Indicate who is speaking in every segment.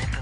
Speaker 1: and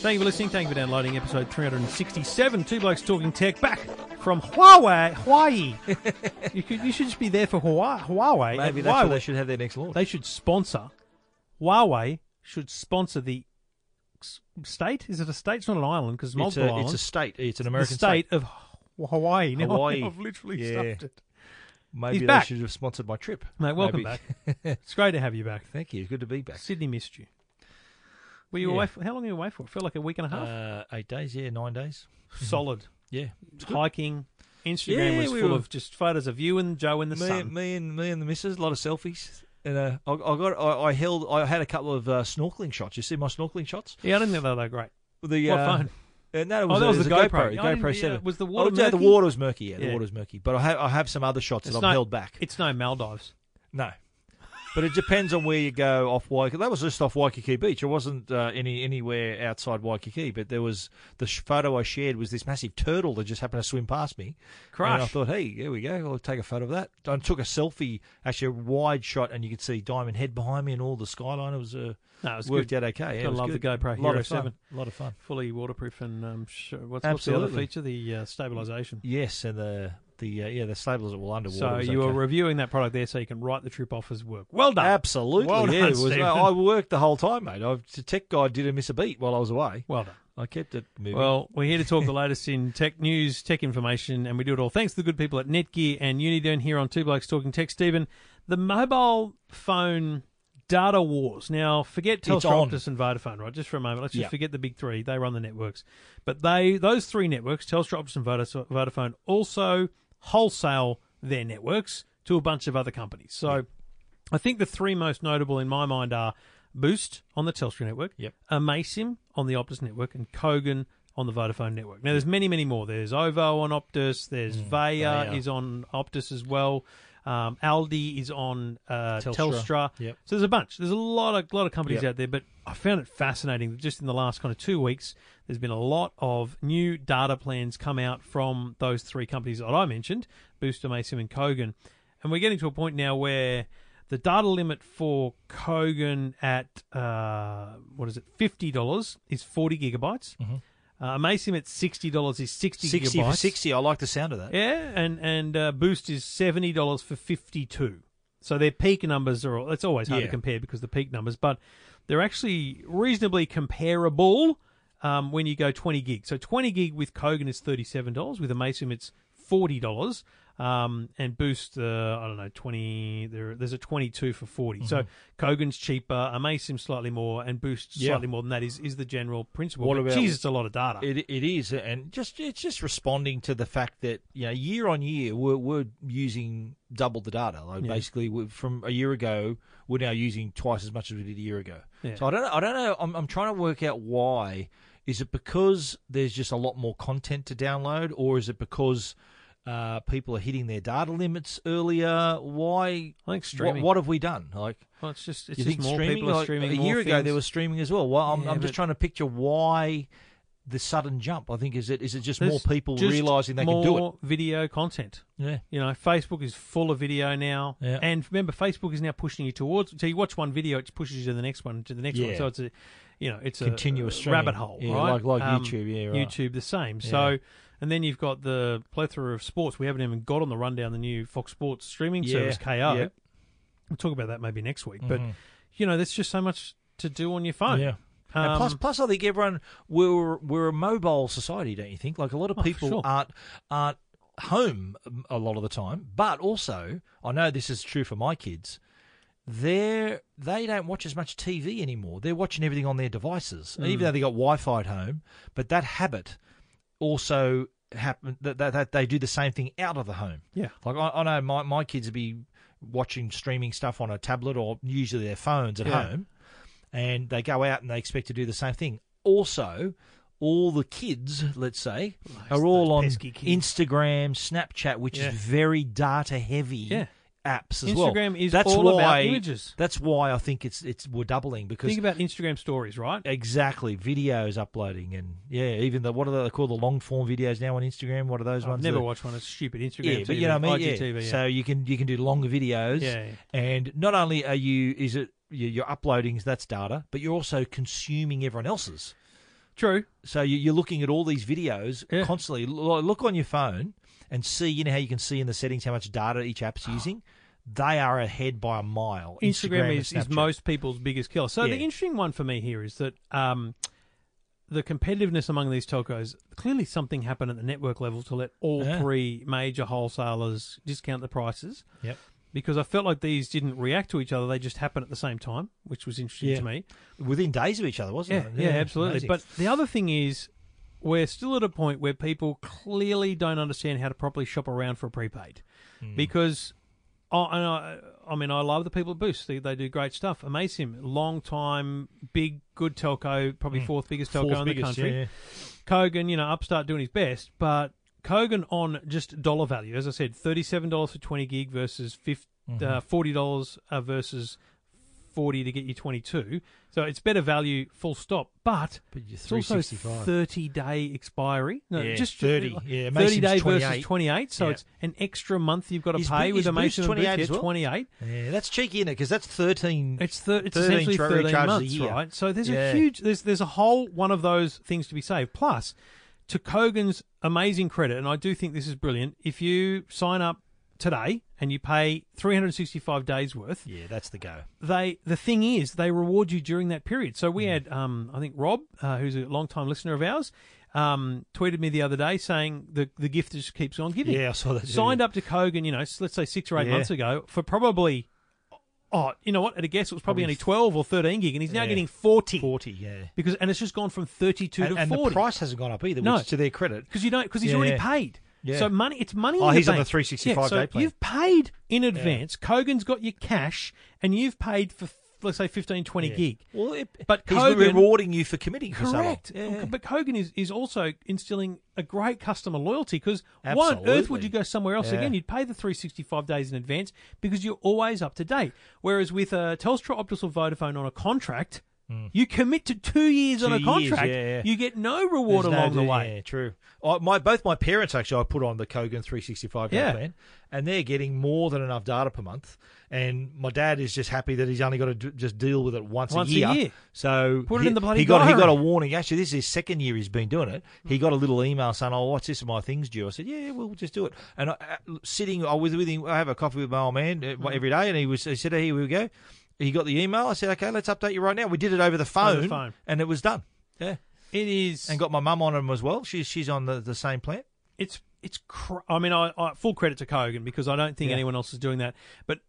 Speaker 2: Thank you for listening. Thank you for downloading episode 367, Two Blokes Talking Tech, back from Huawei, Hawaii. you, could, you should just be there for Hawaii. Huawei.
Speaker 3: Maybe
Speaker 2: And
Speaker 3: that's
Speaker 2: Huawei,
Speaker 3: where they should have their next launch.
Speaker 2: they should sponsor. Huawei should sponsor the s- state. Is it a state? It's not an island because
Speaker 3: it's,
Speaker 2: multiple
Speaker 3: a,
Speaker 2: islands.
Speaker 3: it's a state. It's an
Speaker 2: the
Speaker 3: American
Speaker 2: state of Hawaii. Now
Speaker 3: Hawaii.
Speaker 2: I've literally
Speaker 3: Yeah.
Speaker 2: stuffed it.
Speaker 3: Maybe
Speaker 2: He's
Speaker 3: they
Speaker 2: back.
Speaker 3: should have sponsored my trip.
Speaker 2: Mate, welcome
Speaker 3: back.
Speaker 2: It's great to have you back.
Speaker 3: Thank you. Good to be back.
Speaker 2: Sydney missed you. Were you
Speaker 3: Yeah.
Speaker 2: away? For, how long were you away for? It felt like a week and a half.
Speaker 3: Uh, eight days, yeah, nine days.
Speaker 2: Solid
Speaker 3: Yeah.
Speaker 2: hiking. Instagram
Speaker 3: Yeah,
Speaker 2: was
Speaker 3: we
Speaker 2: full
Speaker 3: were-
Speaker 2: of just photos of you and Joe in the
Speaker 3: me,
Speaker 2: sun.
Speaker 3: me and me and the missus, a lot of selfies. And uh, I, I got, I, I held, I had a couple of uh, snorkeling shots. You see my snorkeling shots?
Speaker 2: Yeah, I didn't think they were that great.
Speaker 3: The
Speaker 2: What
Speaker 3: uh,
Speaker 2: phone?
Speaker 3: Uh, no, it
Speaker 2: Oh,
Speaker 3: was,
Speaker 2: that
Speaker 3: a-
Speaker 2: was
Speaker 3: it was
Speaker 2: the
Speaker 3: a
Speaker 2: GoPro.
Speaker 3: GoPro,
Speaker 2: I didn't-
Speaker 3: GoPro
Speaker 2: yeah,
Speaker 3: Seven.
Speaker 2: was the
Speaker 3: Oh,
Speaker 2: water
Speaker 3: no, the
Speaker 2: murky?
Speaker 3: water was murky. Yeah,
Speaker 2: Yeah.
Speaker 3: the water was murky. But I have, I have some other shots that I've
Speaker 2: no-
Speaker 3: held back.
Speaker 2: It's no Maldives.
Speaker 3: No. But it depends on where you go off Waikiki. That was just off Waikiki Beach. It wasn't uh, any anywhere outside Waikiki. But there was the sh- photo I shared was this massive turtle that just happened to swim past me. And I
Speaker 2: Crush.
Speaker 3: thought, hey, there we go. I'll take a photo of that. I took a selfie, actually a wide shot, and you could see Diamond Head behind me and all the skyline. It was uh,
Speaker 2: No, it was
Speaker 3: worked
Speaker 2: good.
Speaker 3: out okay. Yeah,
Speaker 2: Gotta
Speaker 3: it was
Speaker 2: love the
Speaker 3: good.
Speaker 2: GoPro
Speaker 3: A
Speaker 2: Hero
Speaker 3: lot of fun.
Speaker 2: 7.
Speaker 3: A lot of fun.
Speaker 2: Fully waterproof and um, sure. What's, what's the other
Speaker 3: Absolutely.
Speaker 2: feature? The uh, stabilization.
Speaker 3: Yes, and the the uh, yeah the stables well underwater.
Speaker 2: So
Speaker 3: was
Speaker 2: you were
Speaker 3: okay.
Speaker 2: reviewing that product there, so you can write the trip off as work. Well done.
Speaker 3: absolutely
Speaker 2: Well
Speaker 3: yeah.
Speaker 2: done,
Speaker 3: it was,
Speaker 2: Stephen.
Speaker 3: I worked the whole time, mate. I, the tech guy didn't miss a beat while I was away.
Speaker 2: well done.
Speaker 3: I kept it moving.
Speaker 2: Well, we're here to talk the latest in tech news, tech information, and we do it all thanks to the good people at Netgear and Unidern here on Two Blokes Talking Tech. Stephen, the mobile phone data wars. Now, forget
Speaker 3: It's
Speaker 2: Telstra,
Speaker 3: on.
Speaker 2: Optus, and Vodafone, right? Just for a moment, let's just
Speaker 3: Yeah.
Speaker 2: forget the big three. They run the networks, but they those three networks, Telstra, Optus, and Vodas- Vodafone, also wholesale their networks to a bunch of other companies. So. I think the three most notable in my mind are Boost on the Telstra network,
Speaker 3: Yep.
Speaker 2: Amasim on the Optus network, and Kogan on the Vodafone network. Now, there's many, many more. There's Ovo on Optus. There's Mm, Vaya
Speaker 3: Vaya.
Speaker 2: is on Optus as well. Um, Aldi is on uh, Telstra.
Speaker 3: Telstra. Yep.
Speaker 2: So there's a bunch. There's a lot of lot of companies
Speaker 3: Yep.
Speaker 2: out there, but I found it fascinating that just in the last kind of two weeks, there's been a lot of new data plans come out from those three companies that I mentioned, Booster, Mason, and Kogan. And we're getting to a point now where the data limit for Kogan at uh, what is it, fifty dollars is forty gigabytes. Uh, Mason at sixty dollars is sixty,
Speaker 3: 60 Mm-hmm. for
Speaker 2: gigabytes.
Speaker 3: 60. I like the sound of that.
Speaker 2: Yeah, and and uh, Boost is seventy dollars for fifty two. So their peak numbers are. all It's always hard to
Speaker 3: Yeah.
Speaker 2: compare because the peak numbers, but they're actually reasonably comparable um, when you go twenty gig. So twenty gig with Kogan is thirty seven dollars. With Amasim, it's forty dollars. Um, and Boost, uh, I don't know, twenty. There, there's a twenty two for 40 So Kogan's cheaper, Amasim slightly more, and Boost
Speaker 3: Mm-hmm. Yeah.
Speaker 2: slightly more than that. Is is the general principle?
Speaker 3: What
Speaker 2: But
Speaker 3: about-
Speaker 2: Jesus, it's a lot of data.
Speaker 3: It, it is, and just it's just responding to the fact that you know year on year we're, we're using double the data. Like
Speaker 2: Yeah.
Speaker 3: basically, we from a year ago, we're now using twice as much as we did a year ago.
Speaker 2: Yeah.
Speaker 3: So I don't know. I don't know. I'm, I'm trying to work out why. Is it because there's just a lot more content to download, or is it because uh, people are hitting their data limits earlier? Why?
Speaker 2: I think
Speaker 3: What,
Speaker 2: streaming.
Speaker 3: what have we done? Like
Speaker 2: well, it's just it's
Speaker 3: you
Speaker 2: just
Speaker 3: think
Speaker 2: more
Speaker 3: streaming?
Speaker 2: people are
Speaker 3: Like,
Speaker 2: streaming.
Speaker 3: a
Speaker 2: more
Speaker 3: year ago,
Speaker 2: things.
Speaker 3: there was streaming as well. Well, I'm,
Speaker 2: Yeah,
Speaker 3: I'm just
Speaker 2: but-
Speaker 3: trying to picture why the sudden jump. I think is it is it just more
Speaker 2: There's
Speaker 3: people
Speaker 2: just
Speaker 3: realizing they can do it?
Speaker 2: more video content.
Speaker 3: Yeah,
Speaker 2: You know, Facebook is full of video now,
Speaker 3: Yeah.
Speaker 2: and remember, Facebook is now pushing you towards. So you watch one video, it pushes you to the next one, to the next one.
Speaker 3: Yeah.
Speaker 2: So it's a, you know, it's
Speaker 3: Continuous
Speaker 2: a
Speaker 3: streaming.
Speaker 2: rabbit hole,
Speaker 3: Yeah,
Speaker 2: right? Um,
Speaker 3: like- like YouTube, yeah, right.
Speaker 2: YouTube the same.
Speaker 3: Yeah.
Speaker 2: So, and then you've got the plethora of sports. We haven't even got on the rundown the new Fox Sports streaming
Speaker 3: Yeah,
Speaker 2: service KO.
Speaker 3: yeah. Mm-hmm.
Speaker 2: We'll talk about that maybe next week. But you know, there's just so much to do on your phone.
Speaker 3: yeah.
Speaker 2: Um,
Speaker 3: and plus, plus, I think everyone we're we're a mobile society, don't you think? Like a lot
Speaker 2: Oh,
Speaker 3: of people
Speaker 2: sure.
Speaker 3: aren't aren't home a lot of the time, but also I know this is true for my kids. They're they don't watch as much TV anymore. They're watching everything on their devices,
Speaker 2: Hmm.
Speaker 3: even though they got Wi-Fi at home. But that habit also happen that, that, that they do the same thing out of the home.
Speaker 2: Yeah.
Speaker 3: Like I, I know my, my kids would be watching streaming stuff on a tablet or usually their phones at
Speaker 2: Yeah.
Speaker 3: home, and they go out and they expect to do the same thing. Also, all the kids, let's say, are all
Speaker 2: those
Speaker 3: on
Speaker 2: pesky kids.
Speaker 3: Instagram, Snapchat, which
Speaker 2: Yeah.
Speaker 3: is very data heavy
Speaker 2: Yeah.
Speaker 3: apps as well.
Speaker 2: Instagram is all about images.
Speaker 3: That's why I think it's it's we're doubling because
Speaker 2: Think about Instagram stories, right?
Speaker 3: Exactly, videos uploading and yeah, even the what are they called the long form videos now on Instagram? What are those
Speaker 2: I've
Speaker 3: ones?
Speaker 2: never
Speaker 3: that-
Speaker 2: watched one. It's stupid. Instagram,
Speaker 3: yeah,
Speaker 2: TV,
Speaker 3: but you know what I mean. Yeah.
Speaker 2: IGTV, yeah.
Speaker 3: So you can you can do longer videos,
Speaker 2: Yeah, yeah.
Speaker 3: and not only are you is it you- you're uploading that's data, but you're also consuming everyone else's.
Speaker 2: True.
Speaker 3: So you- you're looking at all these videos
Speaker 2: Yeah.
Speaker 3: constantly. Lo- Look on your phone and see you know how you can see in the settings how much data each app's using. They are ahead by a mile.
Speaker 2: Instagram,
Speaker 3: and
Speaker 2: is, is
Speaker 3: Snapchat.
Speaker 2: most people's biggest killer. So the
Speaker 3: Yeah.
Speaker 2: interesting one for me here is that um, the competitiveness among these telcos clearly something happened at the network level to let all
Speaker 3: Yeah.
Speaker 2: three major wholesalers discount the prices
Speaker 3: Yep.
Speaker 2: because I felt like these didn't react to each other; they just happened at the same time, which was interesting
Speaker 3: Yeah.
Speaker 2: to me.
Speaker 3: within days of each other, wasn't
Speaker 2: Yeah,
Speaker 3: it?
Speaker 2: yeah, absolutely.
Speaker 3: amazing.
Speaker 2: But the other thing is, we're still at a point where people clearly don't understand how to properly shop around for a prepaid,
Speaker 3: Hmm.
Speaker 2: because, oh, and I, I mean, I love the people at Boost; they, they do great stuff. Amasim, long time, big, good telco, probably fourth biggest telco
Speaker 3: Hmm. Fourth
Speaker 2: in
Speaker 3: biggest,
Speaker 2: the country.
Speaker 3: yeah, yeah.
Speaker 2: Kogan, you know, upstart doing his best, but Kogan on just dollar value, as I said, thirty-seven dollars for twenty gig versus 50,
Speaker 3: Mm-hmm.
Speaker 2: uh, forty dollars uh, versus forty to get you twenty-two. So it's better value, full stop. But,
Speaker 3: But you're
Speaker 2: it's also
Speaker 3: 365.
Speaker 2: thirty-day expiry. No,
Speaker 3: Yeah,
Speaker 2: just uh,
Speaker 3: 30.
Speaker 2: thirty
Speaker 3: Yeah, Mason's
Speaker 2: day
Speaker 3: 28.
Speaker 2: versus twenty-eight. So
Speaker 3: Yeah.
Speaker 2: it's an extra month you've got to
Speaker 3: Is
Speaker 2: pay
Speaker 3: Bo-
Speaker 2: with
Speaker 3: is
Speaker 2: a
Speaker 3: Boost
Speaker 2: Mason
Speaker 3: 28
Speaker 2: and
Speaker 3: as
Speaker 2: Boost, yeah,
Speaker 3: well?
Speaker 2: twenty-eight.
Speaker 3: Yeah, that's cheeky, is it? Because that's 13.
Speaker 2: It's thir- it's
Speaker 3: 13
Speaker 2: essentially
Speaker 3: tra-
Speaker 2: thirteen
Speaker 3: recharges a
Speaker 2: months,
Speaker 3: year.
Speaker 2: right? So there's
Speaker 3: Yeah.
Speaker 2: a huge there's there's a whole one of those things to be saved. Plus, to Kogan's amazing credit, and I do think this is brilliant. If you sign up today and you pay 365 days worth,
Speaker 3: Yeah, that's the go.
Speaker 2: they the thing is they reward you during that period. So
Speaker 3: Hmm.
Speaker 2: we had um, I think Rob, uh, who's a long time listener of ours, um, tweeted me the other day saying the the gift just keeps on giving.
Speaker 3: Yeah, I saw that.
Speaker 2: Signed up to Kogan, you know, s- let's say six or eight
Speaker 3: Yeah.
Speaker 2: months ago for probably. Oh, you know what? At a guess, it was probably, only twelve or thirteen gig, and he's now
Speaker 3: Yeah.
Speaker 2: getting 40,
Speaker 3: 40, yeah.
Speaker 2: because, and it's just gone from thirty-two
Speaker 3: And,
Speaker 2: to
Speaker 3: and the
Speaker 2: forty
Speaker 3: price hasn't gone up either,
Speaker 2: No.
Speaker 3: which to their credit.
Speaker 2: because you don't because he's
Speaker 3: Yeah,
Speaker 2: already
Speaker 3: yeah.
Speaker 2: paid.
Speaker 3: Yeah.
Speaker 2: So money, it's money.
Speaker 3: Oh,
Speaker 2: in the
Speaker 3: he's on the
Speaker 2: bank.
Speaker 3: 365
Speaker 2: yeah, so
Speaker 3: day plan.
Speaker 2: You've paid in advance. Kogan's got your cash, and you've paid for let's say 15, 20
Speaker 3: Yeah.
Speaker 2: gig.
Speaker 3: Well, it,
Speaker 2: But
Speaker 3: he's
Speaker 2: Kogan-
Speaker 3: rewarding you for committing for so long.
Speaker 2: Correct.
Speaker 3: Yeah, yeah.
Speaker 2: But Kogan is, is also instilling a great customer loyalty because why on earth would
Speaker 3: Absolutely.
Speaker 2: you go somewhere else
Speaker 3: Yeah.
Speaker 2: again? You'd pay the 365 days in advance because you're always up to date. Whereas with uh, Telstra, Optus, or Vodafone on a contract, you commit to two years on
Speaker 3: Hmm. Two
Speaker 2: a
Speaker 3: years,
Speaker 2: contract.
Speaker 3: yeah, yeah.
Speaker 2: You get no reward
Speaker 3: There's no
Speaker 2: along the
Speaker 3: do-
Speaker 2: way.
Speaker 3: Yeah, true. I, my both my parents actually, I put on the Kogan 365 day
Speaker 2: Yeah.
Speaker 3: plan, and they're getting more than enough data per month. And my dad is just happy that he's only got to d- just deal with it once,
Speaker 2: Once a
Speaker 3: a, year.
Speaker 2: year.
Speaker 3: So
Speaker 2: Put it
Speaker 3: he,
Speaker 2: in the bloody
Speaker 3: he got he got a
Speaker 2: diary.
Speaker 3: warning. Actually, this is his second year he's been doing it. He got a little email saying, "Oh, what's this? My thing's due." I said, "Yeah, we'll just do it." And I, uh, sitting, I was with him. I have a coffee with my old man
Speaker 2: Mm-hmm.
Speaker 3: uh, every day, and he was he said, "Here we go." He got the email. I said, "Okay, let's update you right now." We did it over the phone,
Speaker 2: Over the phone.
Speaker 3: and it was done. Yeah
Speaker 2: It is.
Speaker 3: and got my mum on them as well. She's she's on the, the same plant.
Speaker 2: it's it's. Cr- I mean, I, I full credit to Kogan because I don't think
Speaker 3: Yeah.
Speaker 2: anyone else is doing that. But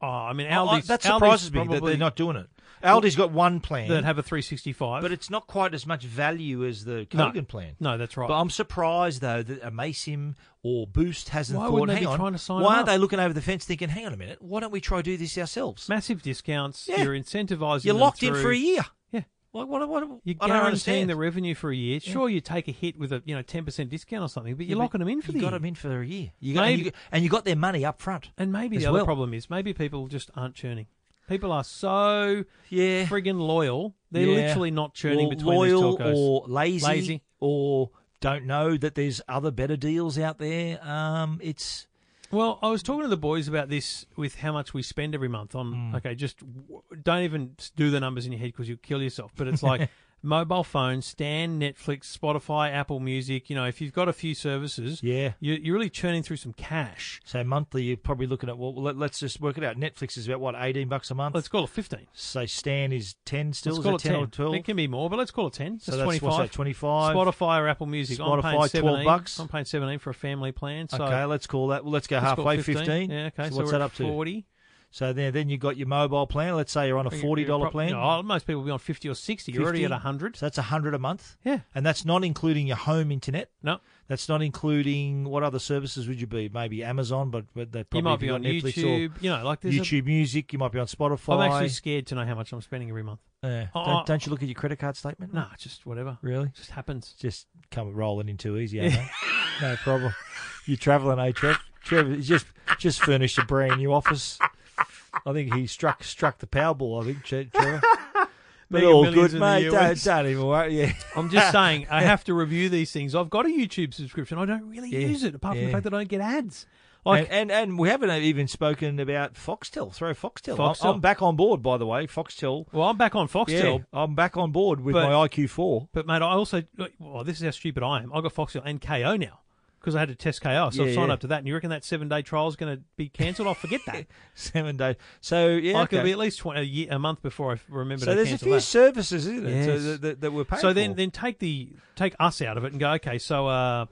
Speaker 2: oh, I mean,
Speaker 3: I- I-
Speaker 2: Aldi's,
Speaker 3: that
Speaker 2: Aldi's
Speaker 3: surprises me that
Speaker 2: probably-
Speaker 3: they're not doing it. Aldi's got one plan,
Speaker 2: that have a 365.
Speaker 3: but it's not quite as much value as the Kogan plan.
Speaker 2: No, that's right.
Speaker 3: But I'm surprised though that Amasim or Boost hasn't
Speaker 2: Why
Speaker 3: thought.
Speaker 2: wouldn't they
Speaker 3: hang
Speaker 2: be
Speaker 3: on,
Speaker 2: trying to sign
Speaker 3: why
Speaker 2: up?"
Speaker 3: aren't they looking over the fence thinking, "Hang on a minute, why don't we try to do this ourselves?
Speaker 2: massive discounts.
Speaker 3: Yeah.
Speaker 2: You're incentivizing.
Speaker 3: You're locked in for a year.
Speaker 2: Yeah.
Speaker 3: Like what? What?
Speaker 2: You're
Speaker 3: I don't
Speaker 2: guaranteeing
Speaker 3: understand.
Speaker 2: the revenue for a year. Sure, you take a hit with a you know ten percent discount or something, but you're
Speaker 3: Yeah,
Speaker 2: locking them in for
Speaker 3: you
Speaker 2: the
Speaker 3: got
Speaker 2: year.
Speaker 3: them in for a year. You got, and,
Speaker 2: Maybe-
Speaker 3: you, and you got their money up front.
Speaker 2: and maybe
Speaker 3: as
Speaker 2: the other
Speaker 3: well.
Speaker 2: problem is maybe people just aren't churning. People are so
Speaker 3: Yeah.
Speaker 2: friggin' loyal. They're
Speaker 3: Yeah.
Speaker 2: literally not churning
Speaker 3: Or
Speaker 2: between
Speaker 3: loyal
Speaker 2: these telcos.
Speaker 3: or lazy,
Speaker 2: Lazy.
Speaker 3: or don't know that there's other better deals out there. Um, it's
Speaker 2: Well, I was talking to the boys about this with how much we spend every month on.
Speaker 3: Hmm.
Speaker 2: Okay, just w- don't even do the numbers in your head because you'll kill yourself. But it's like mobile phone, Stan, Netflix, Spotify, Apple Music. You know, if you've got a few services,
Speaker 3: Yeah.
Speaker 2: you, you're really churning through some cash.
Speaker 3: so monthly. You're probably looking at well. Let, us just work it out. Netflix is about what eighteen bucks a month.
Speaker 2: Let's call it fifteen.
Speaker 3: so Stan is ten still.
Speaker 2: let's call it
Speaker 3: is that Um, ten, or twelve?
Speaker 2: It can be more, but let's call it ten.
Speaker 3: So
Speaker 2: That's
Speaker 3: that's- what's
Speaker 2: twenty-five.
Speaker 3: that, 25?
Speaker 2: Spotify or Apple Music. I'm paying
Speaker 3: Spotify,
Speaker 2: 17,
Speaker 3: 12 bucks.
Speaker 2: I'm paying seventeen for a family plan. So
Speaker 3: okay, let's call that. Well, let's go
Speaker 2: let's call it
Speaker 3: halfway. Fifteen.
Speaker 2: Yeah. Okay.
Speaker 3: So
Speaker 2: so
Speaker 3: what's
Speaker 2: we're
Speaker 3: that
Speaker 2: at
Speaker 3: up to?
Speaker 2: Forty.
Speaker 3: So then, then you've got your mobile plan. Let's say you're on a $40
Speaker 2: You're prob-
Speaker 3: plan.
Speaker 2: No, most people will be on 50 or 60. You're already at
Speaker 3: 50.
Speaker 2: 100.
Speaker 3: So that's 100 a month.
Speaker 2: Yeah.
Speaker 3: And that's not including your home internet.
Speaker 2: No.
Speaker 3: That's not including what other services would you be? Maybe Amazon, but, but that probably
Speaker 2: You might
Speaker 3: if
Speaker 2: be
Speaker 3: you've
Speaker 2: on
Speaker 3: got Netflix
Speaker 2: YouTube. You know, like
Speaker 3: or
Speaker 2: there's a-
Speaker 3: YouTube Music. You might be on Spotify.
Speaker 2: I'm actually scared to know how much I'm spending every month.
Speaker 3: Yeah.
Speaker 2: Oh, oh.
Speaker 3: don't, don't you look at your credit card statement?
Speaker 2: No, it's just whatever.
Speaker 3: Really?
Speaker 2: It just happens.
Speaker 3: Just come rolling in too easy, yeah. no problem. You're travelling, eh, Trev? Trev just just furnished a brand new office. I think he struck struck the Powerball. I think Tre- Trevor. But
Speaker 2: Mega
Speaker 3: all
Speaker 2: Millions
Speaker 3: good,
Speaker 2: in the
Speaker 3: mate. Don't,
Speaker 2: US.
Speaker 3: don't even worry. Yeah.
Speaker 2: I'm just saying, I have to review these things. I've got a YouTube subscription. I don't really
Speaker 3: Yeah,
Speaker 2: use it, apart from
Speaker 3: yeah.
Speaker 2: the fact that I don't get ads. Like,
Speaker 3: and, and and we haven't even spoken about Foxtel. Throw Foxtel. I'm-
Speaker 2: Foxtel.
Speaker 3: I'm back on board, by the way. Foxtel.
Speaker 2: well, I'm back on Foxtel,
Speaker 3: Yeah, I'm back on board with
Speaker 2: But-
Speaker 3: my IQ four.
Speaker 2: but mate, I also well, this is how stupid I am. I got Foxtel and KO now because I had to test KO, so
Speaker 3: Yeah,
Speaker 2: I've signed
Speaker 3: yeah.
Speaker 2: up to that. And you reckon that seven day trial is going to be cancelled? I forget that.
Speaker 3: Seven days. So yeah,
Speaker 2: Like it'll
Speaker 3: okay.
Speaker 2: be at least 20, a, year, a month before I f- remember
Speaker 3: so
Speaker 2: to
Speaker 3: there's a
Speaker 2: cancel
Speaker 3: few
Speaker 2: that.
Speaker 3: services, isn't it? So
Speaker 2: Yes.
Speaker 3: that, that, that we're paying.
Speaker 2: so then,
Speaker 3: for.
Speaker 2: then take the take us out of it and go. Okay, so uh,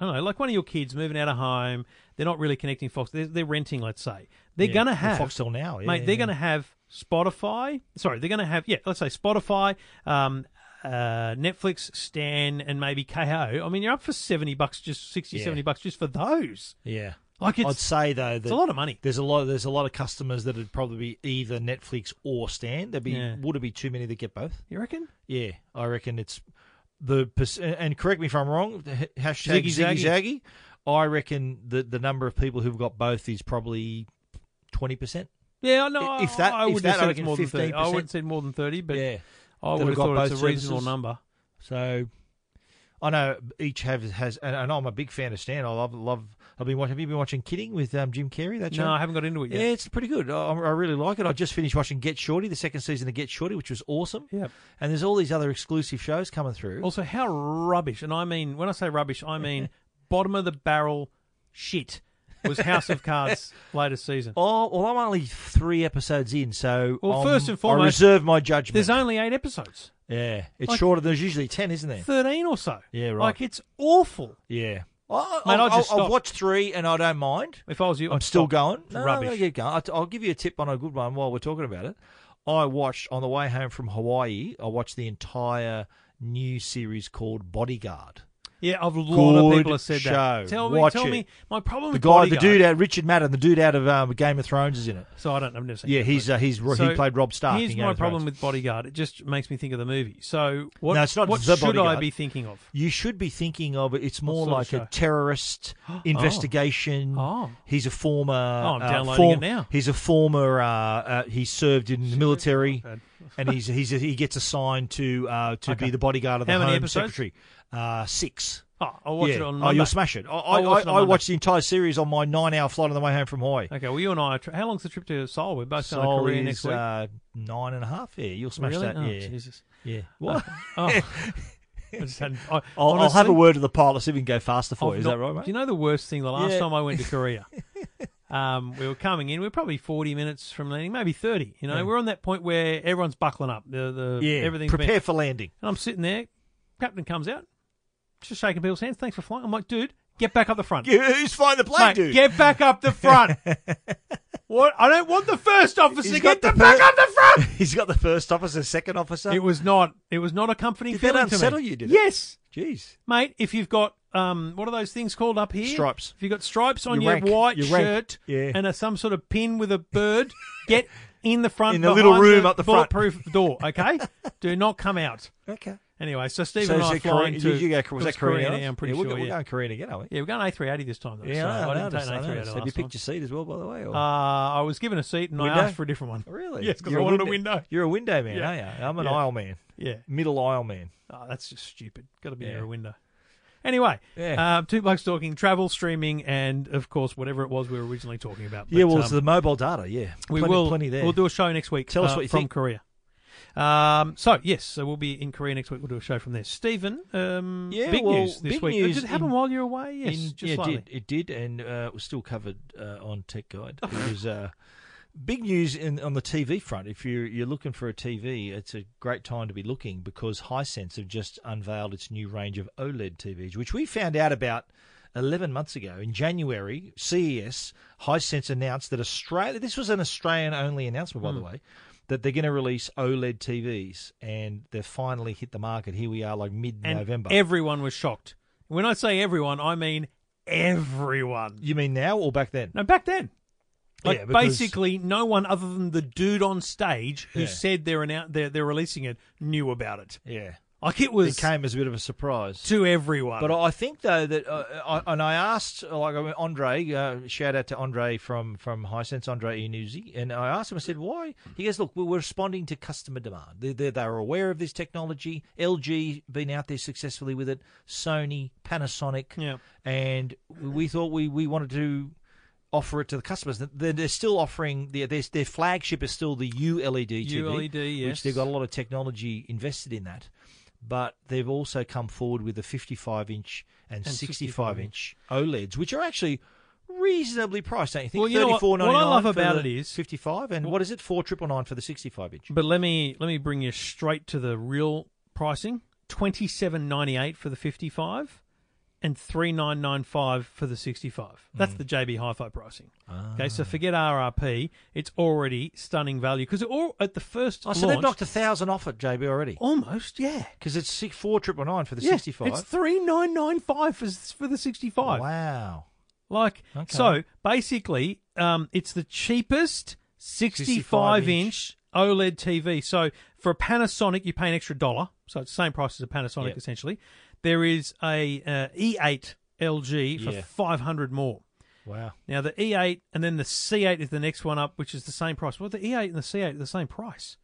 Speaker 2: I don't know, like one of your kids moving out of home, they're not really connecting Fox. They're, they're renting, let's say. They're
Speaker 3: Yeah,
Speaker 2: gonna
Speaker 3: well,
Speaker 2: have
Speaker 3: Foxtel now, yeah,
Speaker 2: mate. They're
Speaker 3: yeah.
Speaker 2: gonna have Spotify. Sorry, they're gonna have yeah. Let's say Spotify, um, uh, Netflix, Stan, and maybe KO. I mean, you're up for seventy bucks, just 60,
Speaker 3: Yeah.
Speaker 2: 70 bucks just for those.
Speaker 3: yeah.
Speaker 2: Like it's
Speaker 3: I'd say though that
Speaker 2: it's a lot of money.
Speaker 3: there's a lot there's a lot of customers that would probably be either Netflix or Stan. There'd be
Speaker 2: Yeah.
Speaker 3: would it be too many that get both?
Speaker 2: You reckon?
Speaker 3: Yeah, I reckon it's the perc- and correct me if I'm wrong. the ha- Hashtag
Speaker 2: Ziggy
Speaker 3: Ziggy
Speaker 2: Zaggy.
Speaker 3: Zaggy. I reckon the the number of people who've got both is probably twenty percent.
Speaker 2: Yeah, no.
Speaker 3: If that-
Speaker 2: I
Speaker 3: if
Speaker 2: wouldn't
Speaker 3: that,
Speaker 2: have
Speaker 3: I
Speaker 2: said it's
Speaker 3: reckon
Speaker 2: more than thirty. I
Speaker 3: 15%.
Speaker 2: would have said more than thirty, but
Speaker 3: Yeah,
Speaker 2: I
Speaker 3: That
Speaker 2: would have
Speaker 3: have got
Speaker 2: thought it's a
Speaker 3: both
Speaker 2: reasonable
Speaker 3: services.
Speaker 2: number.
Speaker 3: so I know each have has and, and I'm a big fan of Stan. I love love. I've been watching. Have you been watching Kidding with um, Jim Carrey? That show?
Speaker 2: No, I haven't got into it yet.
Speaker 3: Yeah, it's pretty good. I, I really like it. I just finished watching Get Shorty, the second season of Get Shorty, which was awesome.
Speaker 2: Yep.
Speaker 3: And there's all these other exclusive shows coming through.
Speaker 2: Also, how rubbish, and I mean, when I say rubbish, I mean bottom of the barrel shit, was House of Cards latest season.
Speaker 3: Oh, well, I'm only three episodes in, so
Speaker 2: Well,
Speaker 3: I'm-
Speaker 2: first and
Speaker 3: I
Speaker 2: foremost,
Speaker 3: reserve my judgment.
Speaker 2: There's only eight episodes,
Speaker 3: yeah, it's
Speaker 2: like-
Speaker 3: shorter. There's usually ten, isn't there?
Speaker 2: 13 or so.
Speaker 3: Yeah, right.
Speaker 2: Like, it's awful.
Speaker 3: yeah. I,
Speaker 2: Mate,
Speaker 3: I,
Speaker 2: I'll just
Speaker 3: I,
Speaker 2: stop.
Speaker 3: have watched three, and I don't mind.
Speaker 2: If I was you,
Speaker 3: I'm
Speaker 2: I'd
Speaker 3: still
Speaker 2: stop.
Speaker 3: going. No, I'm
Speaker 2: rubbish.
Speaker 3: going to get going. I- I'll give you a tip on a good one while we're talking about it. I watched on the way home from Hawaii. I watched the entire new series called Bodyguard.
Speaker 2: yeah, I've a lot of
Speaker 3: Good
Speaker 2: people have said
Speaker 3: show.
Speaker 2: that. Tell me,
Speaker 3: Watch
Speaker 2: tell
Speaker 3: it.
Speaker 2: me. My problem
Speaker 3: The
Speaker 2: with
Speaker 3: guy, the
Speaker 2: Bodyguard-
Speaker 3: dude out, Richard Madden, the dude out of um, Game of Thrones is in it.
Speaker 2: So I don't. I've never seen.
Speaker 3: Yeah,
Speaker 2: that,
Speaker 3: he's
Speaker 2: but-
Speaker 3: uh, he's Ro-
Speaker 2: So
Speaker 3: he played Rob Stark.
Speaker 2: Here's
Speaker 3: in Game
Speaker 2: my
Speaker 3: of
Speaker 2: problem
Speaker 3: Thrones.
Speaker 2: with Bodyguard. It just makes me think of the movie. So what?
Speaker 3: No, it's not
Speaker 2: what
Speaker 3: The
Speaker 2: should I
Speaker 3: Bodyguard.
Speaker 2: be thinking of?
Speaker 3: You should be thinking of it. It's more
Speaker 2: sort
Speaker 3: like
Speaker 2: of
Speaker 3: a
Speaker 2: show?
Speaker 3: terrorist investigation.
Speaker 2: Oh.
Speaker 3: he's a former.
Speaker 2: I'm
Speaker 3: uh,
Speaker 2: downloading
Speaker 3: form-
Speaker 2: it now.
Speaker 3: He's a former. Uh, uh, he served in the military,
Speaker 2: iPad.
Speaker 3: and he's he's he gets assigned to uh, to
Speaker 2: Okay.
Speaker 3: be the bodyguard of the
Speaker 2: How many
Speaker 3: Home
Speaker 2: episodes?
Speaker 3: Secretary. Uh, six.
Speaker 2: Oh, I'll watch
Speaker 3: yeah.
Speaker 2: it on.
Speaker 3: oh,
Speaker 2: Monday.
Speaker 3: you'll smash it. I, I,
Speaker 2: I'll watch
Speaker 3: I,
Speaker 2: it on
Speaker 3: I
Speaker 2: Monday.
Speaker 3: watched the entire series on my nine-hour flight on the way home from Hawaii.
Speaker 2: Okay, well, you and I. Are tra- how long's the trip to Seoul? We're both going
Speaker 3: Seoul
Speaker 2: to Korea
Speaker 3: is,
Speaker 2: next week.
Speaker 3: Uh, nine and a half. Yeah, you'll smash
Speaker 2: really?
Speaker 3: that.
Speaker 2: Oh,
Speaker 3: yeah,
Speaker 2: Jesus.
Speaker 3: yeah. What?
Speaker 2: Oh, I just hadn't. I,
Speaker 3: I'll, I'll
Speaker 2: honestly,
Speaker 3: have a word with the pilot. See if we can go faster for
Speaker 2: I've
Speaker 3: you. Is
Speaker 2: not-
Speaker 3: that right, mate?
Speaker 2: Do you know the worst thing? The last
Speaker 3: Yeah.
Speaker 2: time I went to Korea, um, we were coming in. We were probably forty minutes from landing, maybe thirty. You know, we're on that point where everyone's buckling up. The the
Speaker 3: yeah.
Speaker 2: everything's been-
Speaker 3: Prepare for landing.
Speaker 2: And I'm sitting there. Captain comes out, just shaking people's hands. Thanks for flying. I'm like, dude, get back up the front.
Speaker 3: Yeah, who's flying the plane,
Speaker 2: Mate,
Speaker 3: dude?
Speaker 2: get back up the front. what? I don't want the first officer.
Speaker 3: He's
Speaker 2: get
Speaker 3: got
Speaker 2: the,
Speaker 3: the
Speaker 2: back
Speaker 3: fir-
Speaker 2: up the front.
Speaker 3: He's got the first officer, second officer.
Speaker 2: It was not. It was not a comforting
Speaker 3: Did that
Speaker 2: feeling to me.
Speaker 3: unsettle you, did it?
Speaker 2: Yes,
Speaker 3: Jeez.
Speaker 2: mate. If you've got um, what are those things called up here?
Speaker 3: Stripes.
Speaker 2: If you've got stripes on
Speaker 3: Your
Speaker 2: your,
Speaker 3: rank.
Speaker 2: white
Speaker 3: Your rank.
Speaker 2: shirt
Speaker 3: Yeah.
Speaker 2: and a, some sort of pin with a bird, get in the front
Speaker 3: In the little
Speaker 2: behind
Speaker 3: room up the front.
Speaker 2: bulletproof door. Okay, do not come out.
Speaker 3: Okay.
Speaker 2: Anyway, so Steve
Speaker 3: So
Speaker 2: and
Speaker 3: is
Speaker 2: I
Speaker 3: it
Speaker 2: flying
Speaker 3: Korean?
Speaker 2: to
Speaker 3: Did you go,
Speaker 2: it
Speaker 3: was that Korean? Airlines?
Speaker 2: Air, I'm pretty
Speaker 3: yeah,
Speaker 2: sure.
Speaker 3: We're, we're
Speaker 2: yeah.
Speaker 3: going Korean again, aren't we?
Speaker 2: yeah, we're going A380 this time though.
Speaker 3: Yeah,
Speaker 2: so
Speaker 3: I,
Speaker 2: I didn't take
Speaker 3: noticed,
Speaker 2: an
Speaker 3: I
Speaker 2: A380
Speaker 3: noticed. Have
Speaker 2: last
Speaker 3: you
Speaker 2: time.
Speaker 3: picked your seat as well, by the way? Or?
Speaker 2: Uh, I was given a seat and
Speaker 3: Window?
Speaker 2: I asked for a different one.
Speaker 3: really?
Speaker 2: Yes, because I
Speaker 3: You're
Speaker 2: wanted a window.
Speaker 3: You're a window man, are you? I'm an
Speaker 2: Yeah.
Speaker 3: aisle man,
Speaker 2: Yeah.
Speaker 3: middle aisle man.
Speaker 2: Oh, that's just stupid. Got to be
Speaker 3: Yeah.
Speaker 2: near a window. Anyway,
Speaker 3: Yeah.
Speaker 2: um, two blokes talking travel, streaming, and of course whatever it was we were originally talking about.
Speaker 3: yeah,
Speaker 2: But,
Speaker 3: well,
Speaker 2: um,
Speaker 3: it's the mobile data. Yeah,
Speaker 2: we
Speaker 3: plenty,
Speaker 2: will.
Speaker 3: plenty there.
Speaker 2: We'll do a show next week.
Speaker 3: Tell us
Speaker 2: uh,
Speaker 3: what you
Speaker 2: from
Speaker 3: think.
Speaker 2: Korea. Um, so yes, so we'll be in Korea next week. We'll do a show from there. Stephen, um,
Speaker 3: Yeah,
Speaker 2: big
Speaker 3: well,
Speaker 2: news this
Speaker 3: big
Speaker 2: week.
Speaker 3: news
Speaker 2: Did it happen
Speaker 3: in-
Speaker 2: while you were away? Yes,
Speaker 3: in-
Speaker 2: just
Speaker 3: yeah, it
Speaker 2: slightly.
Speaker 3: did. It did, and uh, it was still covered uh, on Tech Guide.
Speaker 2: Oh,
Speaker 3: It was uh, big news in, on the TV front. If you're, you're looking for a TV, it's a great time to be looking E because Hisense have just unveiled its new range of OLED TVs, which we found out about 11 months ago in January, CES, Hisense announced that Australia, this was an Australian only announcement,
Speaker 2: Hmm.
Speaker 3: by the way, that they're going to release E OLED TVs and they've finally hit the market. Here we are, like mid
Speaker 2: And
Speaker 3: November.
Speaker 2: everyone was shocked. When I say everyone, I mean everyone.
Speaker 3: you mean now or back then?
Speaker 2: No, back then. Like
Speaker 3: Yeah, because-
Speaker 2: basically, no one other than the dude on stage who
Speaker 3: Yeah.
Speaker 2: said they're, annou- they're they're releasing it knew about it.
Speaker 3: Yeah.
Speaker 2: Like it
Speaker 3: It
Speaker 2: was
Speaker 3: came as a bit of a surprise.
Speaker 2: to everyone.
Speaker 3: But I think though that, uh, I, and I asked like I mean, Andre, uh, shout out to Andre from from Hisense, Andre Inuzi, and I asked him. I said, "Why?" He goes, "Look, we we're responding to customer demand. They they, they are aware of this technology. LG been out there successfully with it. Sony, Panasonic,
Speaker 2: Yeah.
Speaker 3: and we thought we we wanted to." Offer it to the customers. They're, they're still offering their, their their flagship is still the E ULED TV,
Speaker 2: ULED, E yes.
Speaker 3: which they've got a lot of technology invested in that but they've also come forward with the 55 inch and, 65 inch OLEDs, which are actually reasonably priced, don't you think?
Speaker 2: Well, you know what- what I
Speaker 3: 34.99
Speaker 2: love
Speaker 3: for
Speaker 2: about
Speaker 3: the
Speaker 2: it is- Mm,
Speaker 3: 55, and what is it? Four triple nine for the 65 inch.
Speaker 2: But let me let me bring you straight to the real pricing: twenty seven ninety eight for the fifty five, and three nine nine five for the sixty five. That's the JB Hi-Fi pricing. Okay, so forget RRP; it's already stunning value because at the first
Speaker 3: Oh, so
Speaker 2: launch,
Speaker 3: they've knocked a thousand off it, JB already,
Speaker 2: almost yeah.
Speaker 3: because it's six four triple nine for the
Speaker 2: Oh. Yeah,
Speaker 3: 65.
Speaker 2: it's three nine nine five for for the sixty five.
Speaker 3: Wow,
Speaker 2: Like
Speaker 3: Okay.
Speaker 2: so, basically, um, it's the cheapest 65 inch E OLED TV. So for a Panasonic, you pay an extra dollar, so it's the same price as a Panasonic
Speaker 3: Yep.
Speaker 2: essentially. There is a uh, E8 LG for
Speaker 3: Yeah.
Speaker 2: 500 more.
Speaker 3: wow.
Speaker 2: Now the E8 and then the C8 is the next one up, which is the same price. Well, the E8 and the C8 are the same price.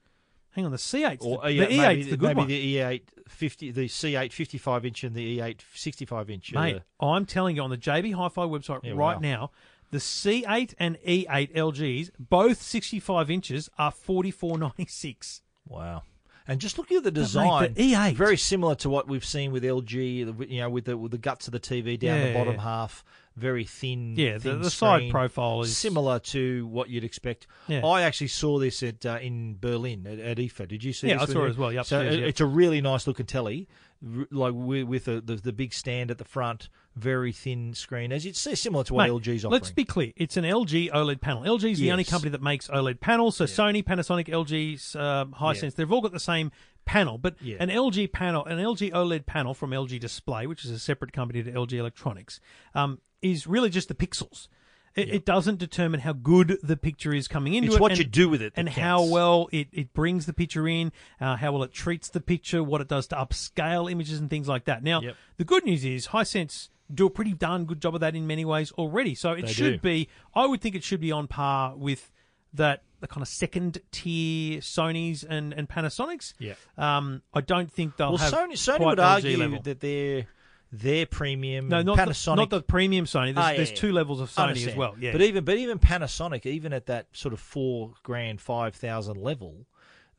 Speaker 2: Hang on, the C8,
Speaker 3: Or
Speaker 2: the,
Speaker 3: E8,
Speaker 2: the E8
Speaker 3: maybe,
Speaker 2: 's the good
Speaker 3: maybe
Speaker 2: one.
Speaker 3: E the E8 50, the C8 55 inch and the E8 65 inch.
Speaker 2: Mate, I'm telling you on the JB Hi-Fi website
Speaker 3: uh, Yeah,
Speaker 2: right
Speaker 3: wow.
Speaker 2: now, the C8 and E E8 LGs, both 65 inches, are 44.96.
Speaker 3: Wow. And just looking at the
Speaker 2: the
Speaker 3: design,
Speaker 2: E8.
Speaker 3: very similar to what we've seen with LG. the- You know, with the with the guts of the TV down
Speaker 2: Yeah.
Speaker 3: the bottom half, very thin.
Speaker 2: Yeah, the-
Speaker 3: thin
Speaker 2: the side
Speaker 3: screen,
Speaker 2: profile is-
Speaker 3: similar to what you'd expect.
Speaker 2: Yeah.
Speaker 3: I actually saw this at uh, in Berlin at, at IFA. Did you see?
Speaker 2: Yeah,
Speaker 3: this
Speaker 2: I
Speaker 3: with
Speaker 2: saw it
Speaker 3: you?
Speaker 2: as well, yeah,
Speaker 3: So
Speaker 2: upstairs,
Speaker 3: it-
Speaker 2: yeah.
Speaker 3: it's a really nice looking telly, r- like with, with a, the the big stand at the front, very thin screen, as you'd say, similar to what
Speaker 2: Mate,
Speaker 3: LG's offering.
Speaker 2: Let's be clear. It's an LG OLED E panel. LG is the only
Speaker 3: Yes.
Speaker 2: company that makes OLED panels. So Sony, Panasonic, LG's, um, Hisense, they've all got the same panel. But
Speaker 3: Yeah.
Speaker 2: an LG panel, an LG OLED E panel from LG Display, which is a separate company to LG Electronics, um, is really just the pixels. It, it doesn't determine how good the picture is coming into
Speaker 3: It's
Speaker 2: it.
Speaker 3: what
Speaker 2: and-
Speaker 3: you do with it that
Speaker 2: and how
Speaker 3: counts.
Speaker 2: well it, it brings the picture in, uh, how well it treats the picture, what it does to upscale images and things like that. Now,
Speaker 3: Yep.
Speaker 2: the good news is Hisense do a pretty darn good job of that in many ways already. So it
Speaker 3: They
Speaker 2: should
Speaker 3: do.
Speaker 2: be, I would think it should be on par with that the kind of second tier Sony's and, and Panasonic's.
Speaker 3: Yeah.
Speaker 2: Um, I don't think they'll
Speaker 3: well,
Speaker 2: have
Speaker 3: Sony, Sony
Speaker 2: quite
Speaker 3: would
Speaker 2: LG
Speaker 3: argue
Speaker 2: level.
Speaker 3: that they're they're premium.
Speaker 2: no,
Speaker 3: and
Speaker 2: not
Speaker 3: Panasonic
Speaker 2: the, not the premium Sony. There's,
Speaker 3: Ah, yeah,
Speaker 2: there's
Speaker 3: yeah.
Speaker 2: two levels of Sony as
Speaker 3: Understand.
Speaker 2: well. Yeah.
Speaker 3: But even but even Panasonic, even at that sort of four grand five thousand level,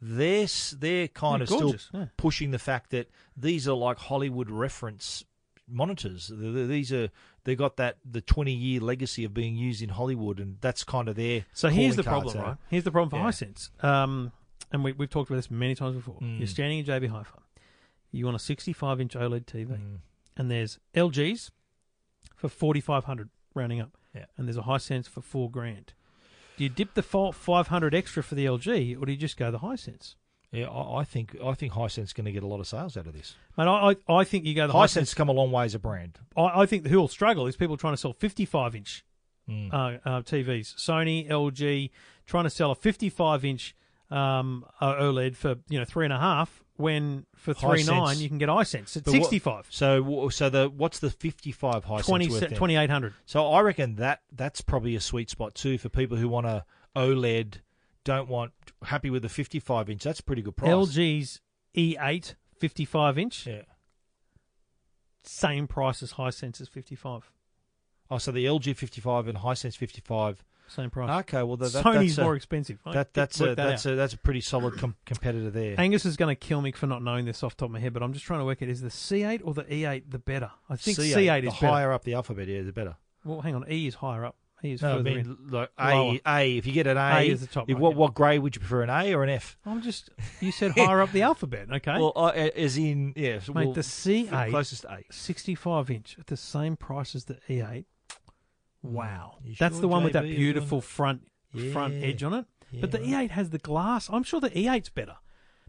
Speaker 3: they're s- they're kind
Speaker 2: Yeah,
Speaker 3: of
Speaker 2: gorgeous,
Speaker 3: still
Speaker 2: yeah.
Speaker 3: pushing the fact that these are like Hollywood reference monitors. Th- th- These are they got that the twenty year legacy of being used in Hollywood, and that's kind of their.
Speaker 2: So here's
Speaker 3: calling
Speaker 2: the
Speaker 3: card,
Speaker 2: problem,
Speaker 3: so-
Speaker 2: right? Here's the problem for
Speaker 3: Yeah.
Speaker 2: Hisense. Um, and we, we've talked about this many times before.
Speaker 3: Mm.
Speaker 2: You're standing in JB Hi-Fi. You want a 65 inch E OLED TV,
Speaker 3: Mm.
Speaker 2: and there's LGs for 4,500 rounding up,
Speaker 3: Yeah.
Speaker 2: and there's a Hisense for four grand. Do you dip the fo- 500 extra for the LG, or do you just go the Hisense?
Speaker 3: Yeah, I, I think I think Hisense going to get a lot of sales out of this.
Speaker 2: Mate, I, I, I think you go the
Speaker 3: Hisense
Speaker 2: Hisense.
Speaker 3: has come a long way as a brand.
Speaker 2: I, I think who will struggle is people trying to sell 55 inch
Speaker 3: Hmm.
Speaker 2: uh, uh, TVs. Sony, LG, trying to sell a 55 inch um, uh, OLED for you know three and a half. When for three nine
Speaker 3: Hisense.
Speaker 2: you can get iSense at
Speaker 3: But what-
Speaker 2: 65,
Speaker 3: So w- so the what's the fifty five Hisense
Speaker 2: 20,
Speaker 3: worth then?
Speaker 2: 2800.
Speaker 3: So I reckon that that's probably a sweet spot too for people who want a OLED, E don't want happy with the 55 inch. That's a pretty good price.
Speaker 2: LG's E8 55 inch,
Speaker 3: Yeah.
Speaker 2: same price as Hisense's 55.
Speaker 3: Oh, so the LG 55 and Hisense 55.
Speaker 2: Same price.
Speaker 3: Okay, well that, that,
Speaker 2: Sony's
Speaker 3: that's a,
Speaker 2: more expensive. I
Speaker 3: That, that's a
Speaker 2: worked that
Speaker 3: that's
Speaker 2: out.
Speaker 3: a that's a pretty solid com- competitor there.
Speaker 2: Angus is going to kill me for not knowing this off the top of my head, but I'm just trying to work it. Is the C8 or the E8 the better? I think C8, is better.
Speaker 3: the higher up the alphabet, yeah, the better.
Speaker 2: Well, hang on. E is higher up. He is
Speaker 3: No, I
Speaker 2: further
Speaker 3: mean,
Speaker 2: in.
Speaker 3: look,
Speaker 2: Lower.
Speaker 3: A, A. If you get an A,
Speaker 2: A is the top
Speaker 3: if-
Speaker 2: one,
Speaker 3: what
Speaker 2: yeah.
Speaker 3: what grade would you prefer, an A or an F?
Speaker 2: I'm just. You said higher up the alphabet, okay?
Speaker 3: Well, uh, as in, yeah, so
Speaker 2: Mate,
Speaker 3: we'll-
Speaker 2: the C8
Speaker 3: closest to A.
Speaker 2: 65 inch at the same price as the E8. Wow,
Speaker 3: Hmm. You
Speaker 2: that's
Speaker 3: sure,
Speaker 2: the one with that
Speaker 3: JB is
Speaker 2: beautiful front front
Speaker 3: Yeah.
Speaker 2: edge on it. but the
Speaker 3: Yeah,
Speaker 2: E8 has the glass. I'm sure the E8's better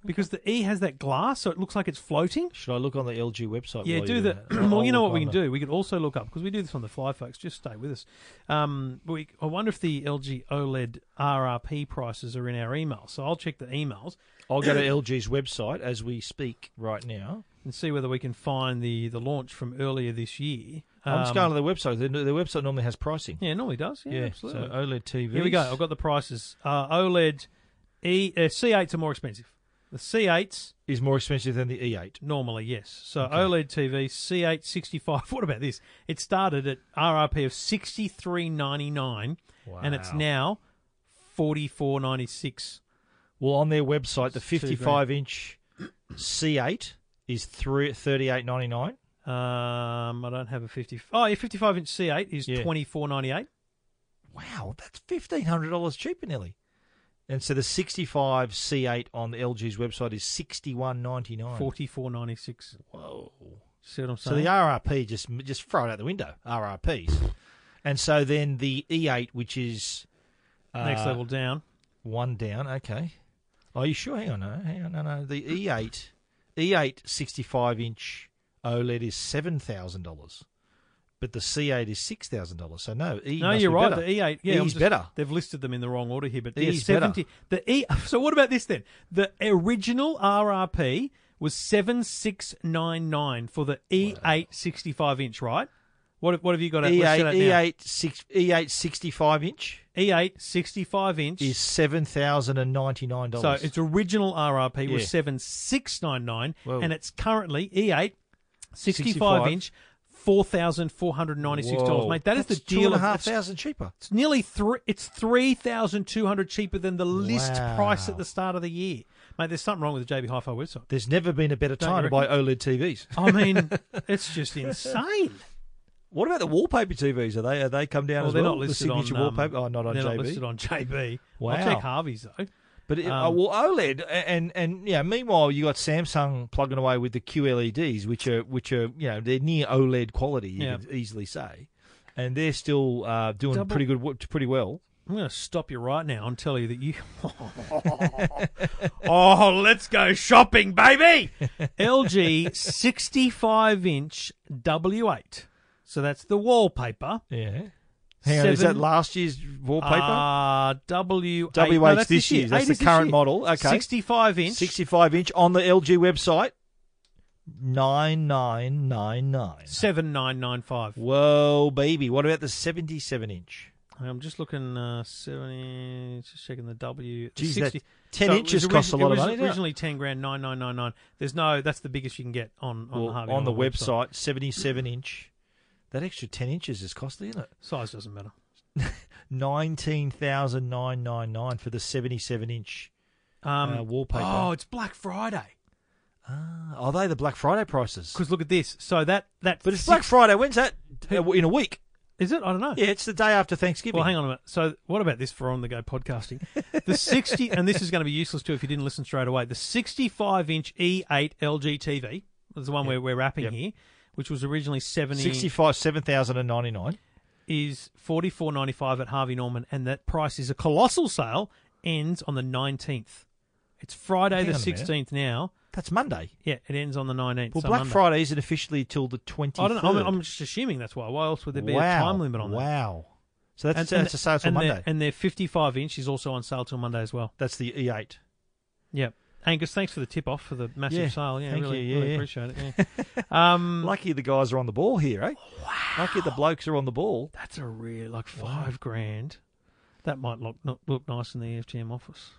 Speaker 2: because the E has that glass, so it looks like it's floating.
Speaker 3: Should I look on the LG website?
Speaker 2: Yeah,
Speaker 3: while
Speaker 2: do
Speaker 3: you're
Speaker 2: the.
Speaker 3: doing that?
Speaker 2: well,
Speaker 3: I'll
Speaker 2: you know
Speaker 3: look
Speaker 2: what we
Speaker 3: on
Speaker 2: can
Speaker 3: the-
Speaker 2: do. We could also look up because we do this on the fly, folks. Just stay with us. Um, we, I wonder if the LG OLED RRP prices are in our emails. So I'll check the emails
Speaker 3: I'll go to LG's website as we speak right now.
Speaker 2: and see whether we can find the the launch from earlier this year.
Speaker 3: I'm just
Speaker 2: Um,
Speaker 3: going to their website. Their, their website normally has pricing.
Speaker 2: Yeah, normally does. Yeah, absolutely.
Speaker 3: So E OLED TV.
Speaker 2: Here we go. I've got the prices. Uh, OLED E uh, C8s are more expensive. The C8s
Speaker 3: is more expensive than the E E8.
Speaker 2: normally, yes. So E OLED TV C8 65. What about this? It started at RRP of 63.99 and it's
Speaker 3: Wow.
Speaker 2: now 44.96.
Speaker 3: Well, on their website, the
Speaker 2: It's two grand.
Speaker 3: 55 inch C8 is three thirty eight ninety nine.
Speaker 2: Um, I don't have a 50. Oh, yeah, 55 inch C8 is
Speaker 3: Yeah.
Speaker 2: 24.98.
Speaker 3: Wow, that's fifteen hundred dollars cheaper nearly. And so the 65 C8 on the LG's website is sixty one ninety nine.
Speaker 2: 44.96.
Speaker 3: Whoa.
Speaker 2: See what I'm
Speaker 3: So
Speaker 2: saying?
Speaker 3: the RRP just just throw it out the window. RRPs. And so then the E8, which is uh,
Speaker 2: Next level down.
Speaker 3: One down. Okay. Are you sure? Hang on. No, hang on. No, no. The E E8, E8 65 inch OLED is seven thousand dollars, but the C8 is six thousand dollars. So no, E.
Speaker 2: No,
Speaker 3: must
Speaker 2: you're
Speaker 3: be
Speaker 2: right.
Speaker 3: Better.
Speaker 2: The E8, yeah,
Speaker 3: E's
Speaker 2: I'm just-
Speaker 3: better. E
Speaker 2: They've listed them in the wrong order here, but the
Speaker 3: E's
Speaker 2: E70, the E. So what about this then? The original RRP was seven six nine nine for the E8 65 inch, right? What what have you got? at- let's get
Speaker 3: E8,
Speaker 2: it now.
Speaker 3: E8 E six, E8 65 inch
Speaker 2: E8 65 inch.
Speaker 3: is seven thousand and ninety nine
Speaker 2: so
Speaker 3: dollars.
Speaker 2: its original RRP was
Speaker 3: Yeah.
Speaker 2: seven six nine nine,
Speaker 3: Whoa.
Speaker 2: and it's currently E8 65
Speaker 3: 65.
Speaker 2: inch. Four thousand four hundred ninety-six dollars, mate. That is
Speaker 3: That's
Speaker 2: the deal.
Speaker 3: Two and a
Speaker 2: of-
Speaker 3: half
Speaker 2: it's
Speaker 3: thousand cheaper.
Speaker 2: It's nearly three. It's three thousand two hundred cheaper than the list
Speaker 3: Wow.
Speaker 2: price at the start of the year. Mate, there's something wrong with the JB Hi-Fi website.
Speaker 3: There's never been a better
Speaker 2: Don't you
Speaker 3: time to buy OLED TVs.
Speaker 2: I mean, it's just insane.
Speaker 3: What about the wallpaper TVs? Are they are they come down
Speaker 2: Well,
Speaker 3: as
Speaker 2: they're
Speaker 3: well?
Speaker 2: not
Speaker 3: the
Speaker 2: listed
Speaker 3: signature
Speaker 2: on um,
Speaker 3: wallpaper. Oh, not on
Speaker 2: they're Not
Speaker 3: JB.
Speaker 2: listed on JB.
Speaker 3: Wow.
Speaker 2: I'll check Harvey's though.
Speaker 3: But it,
Speaker 2: Um,
Speaker 3: uh, well, OLED a- and and yeah. Meanwhile, you got Samsung plugging away with the QLEDs, which are which are you know they're near OLED quality. You
Speaker 2: Yeah.
Speaker 3: could easily say, and they're still uh, doing
Speaker 2: Double-
Speaker 3: pretty good, wo- pretty well.
Speaker 2: I'm going to stop you right now and tell you that you. oh, let's go shopping, baby! LG 65 inch W8. So that's the wallpaper.
Speaker 3: Yeah. Hang on, is
Speaker 2: Seven-
Speaker 3: that last year's wallpaper?
Speaker 2: Ah, W
Speaker 3: W8 's
Speaker 2: no, that's
Speaker 3: this year. That's
Speaker 2: Eight
Speaker 3: the
Speaker 2: is this
Speaker 3: current
Speaker 2: year.
Speaker 3: model. Okay.
Speaker 2: sixty-five inch.
Speaker 3: Sixty-five inch on the LG website. Nine nine nine nine.
Speaker 2: Seven nine nine five.
Speaker 3: Whoa, baby! What about the seventy-seven inch?
Speaker 2: I'm just looking uh, seventy. Just checking the W. the
Speaker 3: Jeez, that
Speaker 2: 60
Speaker 3: 10
Speaker 2: it
Speaker 3: inches
Speaker 2: was
Speaker 3: costs a
Speaker 2: origi- it
Speaker 3: lot of
Speaker 2: was
Speaker 3: money, doesn't it?
Speaker 2: Originally ten grand nine nine nine nine. There's no. That's the biggest you can get on on
Speaker 3: Well,
Speaker 2: the Harvey
Speaker 3: on the
Speaker 2: Norman
Speaker 3: website, 77 inch. That extra 10 inches is costly, isn't it?
Speaker 2: Size doesn't matter.
Speaker 3: 19,999 for the 77 inch.
Speaker 2: Um,
Speaker 3: Uh, wallpaper.
Speaker 2: Oh, it's Black Friday.
Speaker 3: Ah, are they the Black Friday prices?
Speaker 2: Because look at this. So that that.
Speaker 3: But it's
Speaker 2: six-
Speaker 3: Black Friday. When's that? Uh, In a week.
Speaker 2: Is it? I don't know.
Speaker 3: Yeah, it's the day after Thanksgiving.
Speaker 2: Well, hang on a minute. So, what about this for on the go podcasting? The 60, and this is going to be useless too if you didn't listen straight away. The 65 inch E E8 LG TV is the one where we're wrapping
Speaker 3: Yep.
Speaker 2: here, which was originally 70,
Speaker 3: 65, 7,099.
Speaker 2: is 44.95 at Harvey Norman, and that price is a colossal sale. Ends on the 19th. It's Friday
Speaker 3: Hang
Speaker 2: the
Speaker 3: on a minute.
Speaker 2: 16th now.
Speaker 3: That's Monday.
Speaker 2: Yeah, it ends on the 19th.
Speaker 3: Well,
Speaker 2: so
Speaker 3: Black
Speaker 2: Monday.
Speaker 3: Friday isn't officially till the 23rd.
Speaker 2: I don't know. I'm, I'm just assuming that's why. Why else would there be a
Speaker 3: wow.
Speaker 2: time limit on that?
Speaker 3: Wow. So that's, that's a sale till
Speaker 2: and their-
Speaker 3: Monday.
Speaker 2: and their 55 inch is also on sale till Monday as well.
Speaker 3: that's the E E8.
Speaker 2: Yeah. Angus, thanks for the tip off for the massive
Speaker 3: Yeah,
Speaker 2: sale. Yeah,
Speaker 3: thank
Speaker 2: really,
Speaker 3: you, yeah,
Speaker 2: really
Speaker 3: yeah.
Speaker 2: appreciate it. Yeah. um,
Speaker 3: Lucky the guys are on the ball here, eh? Lucky the blokes are on the ball.
Speaker 2: that's a real like five grand. That might look not look nice in the E EFTM office.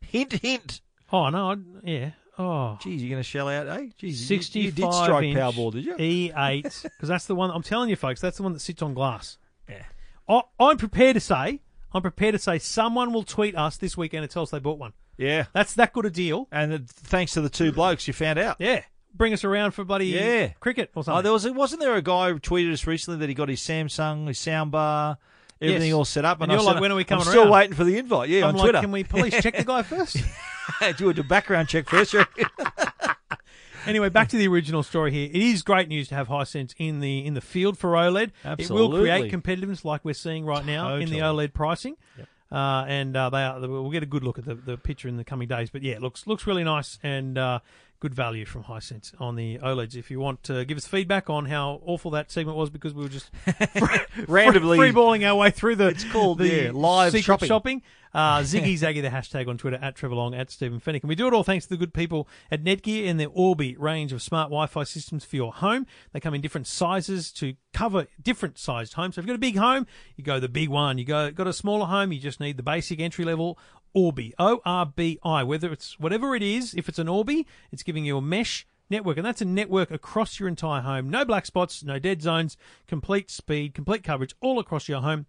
Speaker 3: Hint, hint.
Speaker 2: Oh no, I'd, yeah. Oh,
Speaker 3: Geez, you're going to shell out, eh? Geez, you- you,
Speaker 2: sixty-five
Speaker 3: did strike
Speaker 2: inch E-
Speaker 3: Powerball, did you?
Speaker 2: E8 because that's the one. I'm telling you, folks, that's the one that sits on glass.
Speaker 3: Yeah.
Speaker 2: I, I'm prepared to say, I'm prepared to say, someone will tweet us this weekend and tell us they bought one.
Speaker 3: yeah.
Speaker 2: That's that good a deal.
Speaker 3: And the, thanks to the two blokes, you found out.
Speaker 2: Yeah. bring us around for bloody
Speaker 3: Yeah.
Speaker 2: cricket or
Speaker 3: Oh,
Speaker 2: something.
Speaker 3: there was wasn't there a guy who tweeted us recently that he got his Samsung, his soundbar, everything
Speaker 2: Yes.
Speaker 3: all set up,
Speaker 2: And
Speaker 3: I
Speaker 2: you're
Speaker 3: said,
Speaker 2: like, "When are we coming
Speaker 3: I'm still
Speaker 2: around?"
Speaker 3: waiting for the invite. Yeah,
Speaker 2: I'm
Speaker 3: on
Speaker 2: like,
Speaker 3: Twitter.
Speaker 2: can we police check the guy first?
Speaker 3: do a background check first? you reckon?
Speaker 2: anyway, back to the original story here. It is great news to have Hisense in the in the field for OLED. It will create
Speaker 3: Absolutely.
Speaker 2: competitiveness like we're seeing right now in the
Speaker 3: Totally.
Speaker 2: OLED pricing. Uh, and uh, they are, we'll get a good look at the, the picture in the coming days. But yeah, it looks looks really nice and uh, good value from Hisense on the OLEDs. If you want to give us feedback on how awful that segment was, because we were just
Speaker 3: Randomly.
Speaker 2: freeballing our way through the it's
Speaker 3: called,
Speaker 2: the
Speaker 3: yeah, live
Speaker 2: secret
Speaker 3: shopping.
Speaker 2: shopping. Uh, Ziggy Zaggy, the hashtag on Twitter, at Trevor Long, at Stephen Fennick. And we do it all thanks to the good people at Netgear and their Orbi range of smart Wi Fi systems for your home. They come in different sizes to cover different sized homes. So if you've got a big home, you go the big one. You go got a smaller home, you just need the basic entry level Orbi. O R B I. Whether it's whatever it is, if it's an Orbi, it's giving you a mesh network, and that's a network across your entire home. No black spots, no dead zones, complete speed, complete coverage all across your home.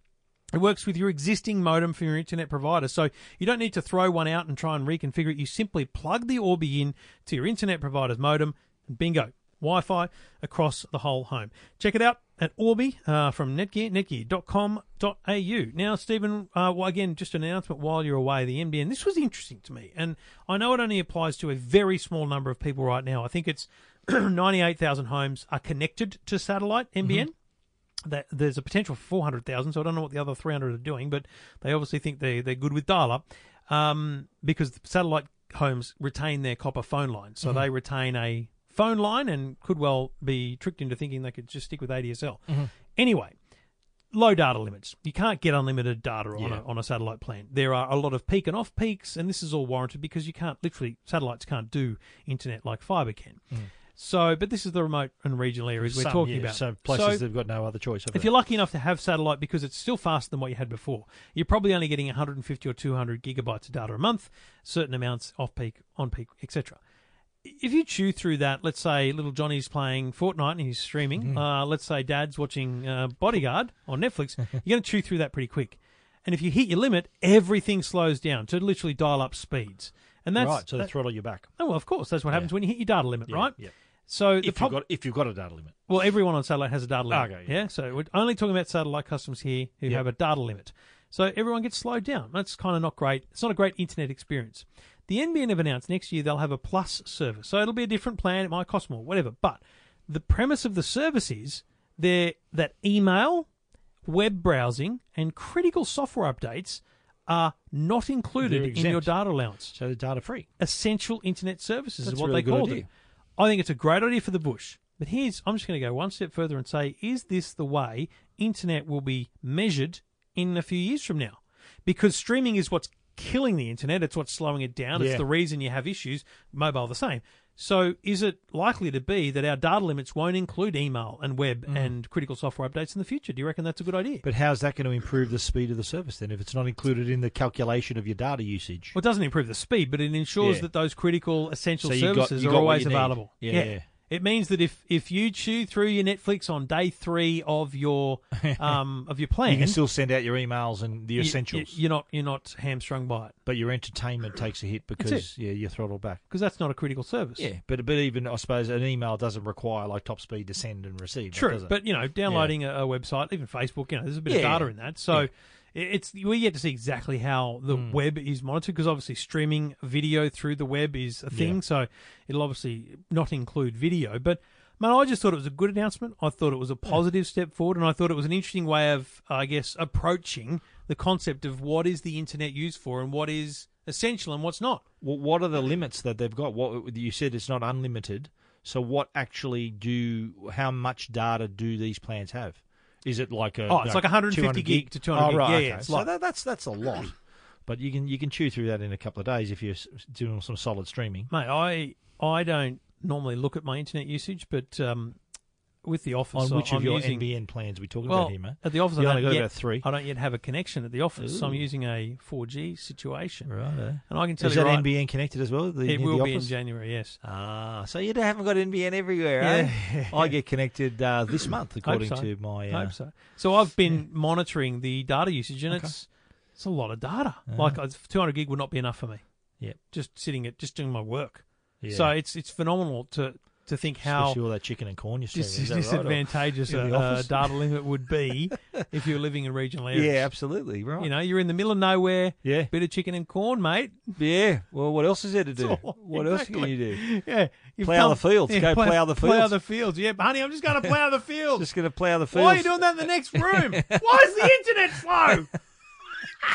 Speaker 2: It works with your existing modem from your internet provider, so you don't need to throw one out and try and reconfigure it. You simply plug the Orbi in to your internet provider's modem, and bingo, Wi Fi across the whole home. Check it out at Orbi uh, from Netgear, netgear.com.au. Now, Stephen, uh, well, again, just an announcement while you're away the MDN. This was interesting to me, and I know it only applies to a very small number of people right now. I think it's 98,000 homes are connected to satellite MBN that there's a potential for 400,000. So I don't know what the other 300 are doing, but they obviously think they they're good with dial up um, because the satellite homes retain their copper phone line. So
Speaker 3: Mm-hmm.
Speaker 2: they retain a phone line and could well be tricked into thinking they could just stick with ADSL.
Speaker 3: Mm-hmm.
Speaker 2: Anyway, low data limits. You can't get unlimited data on, a, on a satellite plan. There are a lot of peak and off peaks, and this is all warranted because you can't literally, satellites can't do internet like fiber can. So, but this is the remote and regional areas we're
Speaker 3: Mm. Some,
Speaker 2: talking
Speaker 3: yeah,
Speaker 2: about.
Speaker 3: some places
Speaker 2: So-
Speaker 3: they've got no other choice. have
Speaker 2: if
Speaker 3: they?
Speaker 2: you're lucky enough to have satellite because it's still faster than what you had before, you're probably only getting 150 or 200 gigabytes of data a month, certain amounts off peak, on peak, etc. If you chew through that, let's say little Johnny's playing Fortnite and he's streaming,
Speaker 3: Mm-hmm.
Speaker 2: uh, let's say dad's watching uh, Bodyguard on Netflix, you're going to chew through that pretty quick. And if you hit your limit, everything slows down to literally dial up speeds. And that's
Speaker 3: right, so they
Speaker 2: that-
Speaker 3: throttle you back.
Speaker 2: oh, well, of course, that's what happens when you hit your data limit, right?
Speaker 3: yeah.
Speaker 2: So the
Speaker 3: If
Speaker 2: prob-
Speaker 3: you've got if you've got a data limit,
Speaker 2: well, everyone on satellite has a data limit.
Speaker 3: Okay,
Speaker 2: yeah.
Speaker 3: yeah.
Speaker 2: so we're only talking about satellite customers here who have a data limit. So everyone gets slowed down. That's kind of not great. It's not a great internet experience. The NBN have announced next year they'll have a plus service. So it'll be a different plan. It might cost more, whatever. But the premise of the service is there that email, web browsing, and critical software updates are not included
Speaker 3: They're
Speaker 2: in your
Speaker 3: exempt.
Speaker 2: data allowance
Speaker 3: so they're data free.
Speaker 2: essential internet services is
Speaker 3: That's a
Speaker 2: what
Speaker 3: really
Speaker 2: they
Speaker 3: good
Speaker 2: called
Speaker 3: idea.
Speaker 2: it. I think it's a great idea for the bush. But here's I'm just going to go one step further and say is this the way internet will be measured in a few years from now? Because streaming is what's killing the internet, it's what's slowing it down, it's
Speaker 3: Yeah.
Speaker 2: the reason you have issues, mobile the same. So is it likely to be that our data limits won't include email and web
Speaker 3: Mm.
Speaker 2: and critical software updates in the future? Do you reckon that's a good idea?
Speaker 3: But how's that going to improve the speed of the service then? If it's not included in the calculation of your data usage,
Speaker 2: Well, it doesn't improve the speed, but it ensures
Speaker 3: Yeah.
Speaker 2: that those critical essential
Speaker 3: So you got-
Speaker 2: services
Speaker 3: you
Speaker 2: are
Speaker 3: got what
Speaker 2: always
Speaker 3: you need.
Speaker 2: available.
Speaker 3: Yeah, yeah.
Speaker 2: It means that if, if you chew through your Netflix on day three of your um of your plan,
Speaker 3: you can still send out your emails and the
Speaker 2: you-
Speaker 3: essentials,
Speaker 2: You, are not you're not hamstrung by it
Speaker 3: but your entertainment takes a hit because yeah, you're throttled back.
Speaker 2: because that's not a critical service.
Speaker 3: but but even I suppose an email doesn't require like top speed to send and receive.
Speaker 2: True,
Speaker 3: does it?
Speaker 2: but you know, downloading a, a website, even Facebook, you know, there's a bit of
Speaker 3: Yeah. Mm.
Speaker 2: data in that. So it it's we yet to see exactly how the web is monitored because obviously streaming video through the web is a thing. So it'll obviously not include video, but. Man, I just thought it was a good announcement. I thought it was a positive step forward, and I thought it was an interesting way of, uh, I guess, approaching the concept of what is the internet used for and what is essential and what's not.
Speaker 3: Wh- what are the limits that they've got? What you said it's not unlimited. So what actually do? How much data do these plans have? Is it like a
Speaker 2: Oh, it's like 150
Speaker 3: 200
Speaker 2: gig to 200
Speaker 3: Oh,
Speaker 2: gig.
Speaker 3: right,
Speaker 2: Yeah,
Speaker 3: okay.
Speaker 2: yeah, it's a
Speaker 3: so
Speaker 2: lot.
Speaker 3: that, that's that's a lot. But you can you can chew through that in a couple of days if you're s- doing some solid streaming.
Speaker 2: Mate, I I don't normally look at my internet usage, but um, with the
Speaker 3: On
Speaker 2: office,
Speaker 3: which
Speaker 2: I'm
Speaker 3: of your
Speaker 2: using,
Speaker 3: NBN plans we talking
Speaker 2: well,
Speaker 3: about here, mate?
Speaker 2: at the office,
Speaker 3: You
Speaker 2: I
Speaker 3: only
Speaker 2: don't
Speaker 3: got
Speaker 2: yet,
Speaker 3: about three.
Speaker 2: I don't yet have a connection at the office, so I'm using a 4G situation,
Speaker 3: Right. eh.
Speaker 2: and I can tell
Speaker 3: Is
Speaker 2: you
Speaker 3: that
Speaker 2: right,
Speaker 3: NBN connected as well? The,
Speaker 2: it
Speaker 3: near
Speaker 2: will
Speaker 3: the
Speaker 2: be in
Speaker 3: office?
Speaker 2: January. Yes,
Speaker 3: Ah, so you haven't got NBN everywhere, eh? I get connected uh, this month, according
Speaker 2: so.
Speaker 3: to my.
Speaker 2: I
Speaker 3: Uh,
Speaker 2: hope so. So I've been monitoring the data usage, and it's it's a lot of data. Like Like uh, 200 gig would not be enough for me.
Speaker 3: Uh-huh. Yep.
Speaker 2: just sitting at just doing my work.
Speaker 3: Yeah.
Speaker 2: So it's it's phenomenal to to think how
Speaker 3: Especially all that chicken and corn you see.
Speaker 2: dis-
Speaker 3: is that right? Or-
Speaker 2: disadvantageous
Speaker 3: in
Speaker 2: a,
Speaker 3: the
Speaker 2: a
Speaker 3: office?
Speaker 2: data limit would be if you're living in regional areas.
Speaker 3: Yeah, absolutely. Right.
Speaker 2: You know, you're in the middle of nowhere.
Speaker 3: Yeah.
Speaker 2: Bit of chicken and corn, mate.
Speaker 3: Yeah. Well, what else is there to do?
Speaker 2: all-
Speaker 3: What else
Speaker 2: exactly.
Speaker 3: can you do?
Speaker 2: Yeah. You've
Speaker 3: Plough the fields. Go plough the
Speaker 2: Plough
Speaker 3: fields.
Speaker 2: the fields. Yeah, honey, I'm just going to plough the fields.
Speaker 3: Just going to plough the fields.
Speaker 2: Why are you doing that in the next room? Why is the internet slow?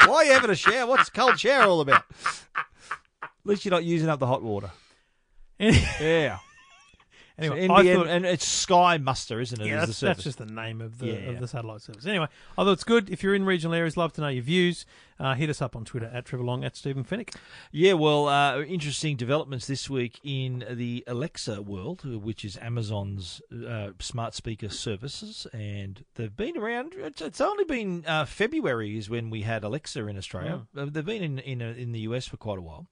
Speaker 3: Why are you having a shower? What's cold shower all about? At least you're not using up the hot water.
Speaker 2: anyway,
Speaker 3: Yeah.
Speaker 2: I
Speaker 3: So NBN,
Speaker 2: thought,
Speaker 3: and it's Sky Muster, isn't it?
Speaker 2: yeah,
Speaker 3: is the
Speaker 2: that's, that's
Speaker 3: service.
Speaker 2: just the name of the
Speaker 3: Yeah,
Speaker 2: of
Speaker 3: yeah.
Speaker 2: the satellite service. Anyway, although it's good if you're in regional areas, love to know your views. Uh, hit us up on Twitter at Trevor Long at Stephen Finnick.
Speaker 3: Yeah, well, uh, interesting developments this week in the Alexa world, which is Amazon's uh, smart speaker services, and they've been around. It's, it's only been uh, February is when we had Alexa in Australia. Uh, They've been in in, uh, in the US for quite a while,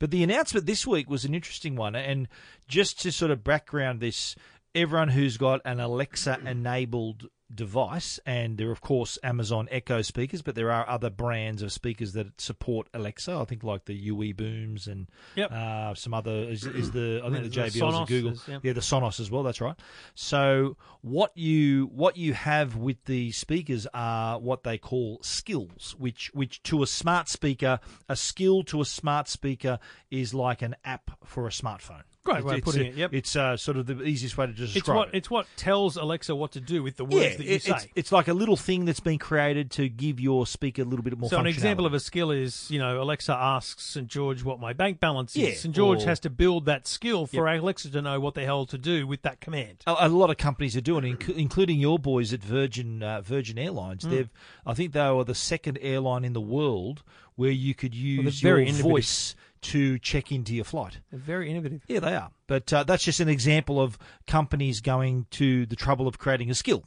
Speaker 3: but the announcement this week was an interesting one, and just to sort of background this, everyone who's got an Alexa enabled device and there are of course Amazon Echo speakers but there are other brands of speakers that support Alexa I think like the UE booms and
Speaker 2: Yep.
Speaker 3: uh, some other is, is the I think
Speaker 2: Yeah,
Speaker 3: the
Speaker 2: the
Speaker 3: JBLs
Speaker 2: Sonos
Speaker 3: and Google
Speaker 2: is, yeah.
Speaker 3: yeah the Sonos as well that's right so what you what you have with the speakers are what they call skills which which to a smart speaker a skill to a smart speaker is like an app for a smartphone
Speaker 2: Great way of
Speaker 3: it's,
Speaker 2: putting
Speaker 3: it's-
Speaker 2: it, yep.
Speaker 3: it's uh, sort of the easiest way to describe
Speaker 2: It's what
Speaker 3: it
Speaker 2: it's what tells Alexa what to do with the words that you
Speaker 3: it-
Speaker 2: say.
Speaker 3: It's, it's like a little thing that's been created to give your speaker a little bit more.
Speaker 2: so an example of
Speaker 3: functionality.
Speaker 2: a skill is, you know, Alexa asks St George what my bank balance
Speaker 3: Yeah,
Speaker 2: is. St George
Speaker 3: or-
Speaker 2: has to build that skill for Alexa to know what the hell to do with that command.
Speaker 3: a, a lot of companies are doing, inc- including your boys at Virgin uh, Virgin Airlines.
Speaker 2: Hmm.
Speaker 3: They've, I think, they were the second airline in the world where you could
Speaker 2: they're
Speaker 3: use
Speaker 2: very
Speaker 3: your
Speaker 2: innovative.
Speaker 3: voice to check into your flight.
Speaker 2: They're very innovative.
Speaker 3: Yeah, they are. But uh, that's just an example of companies going to the trouble of creating a skill.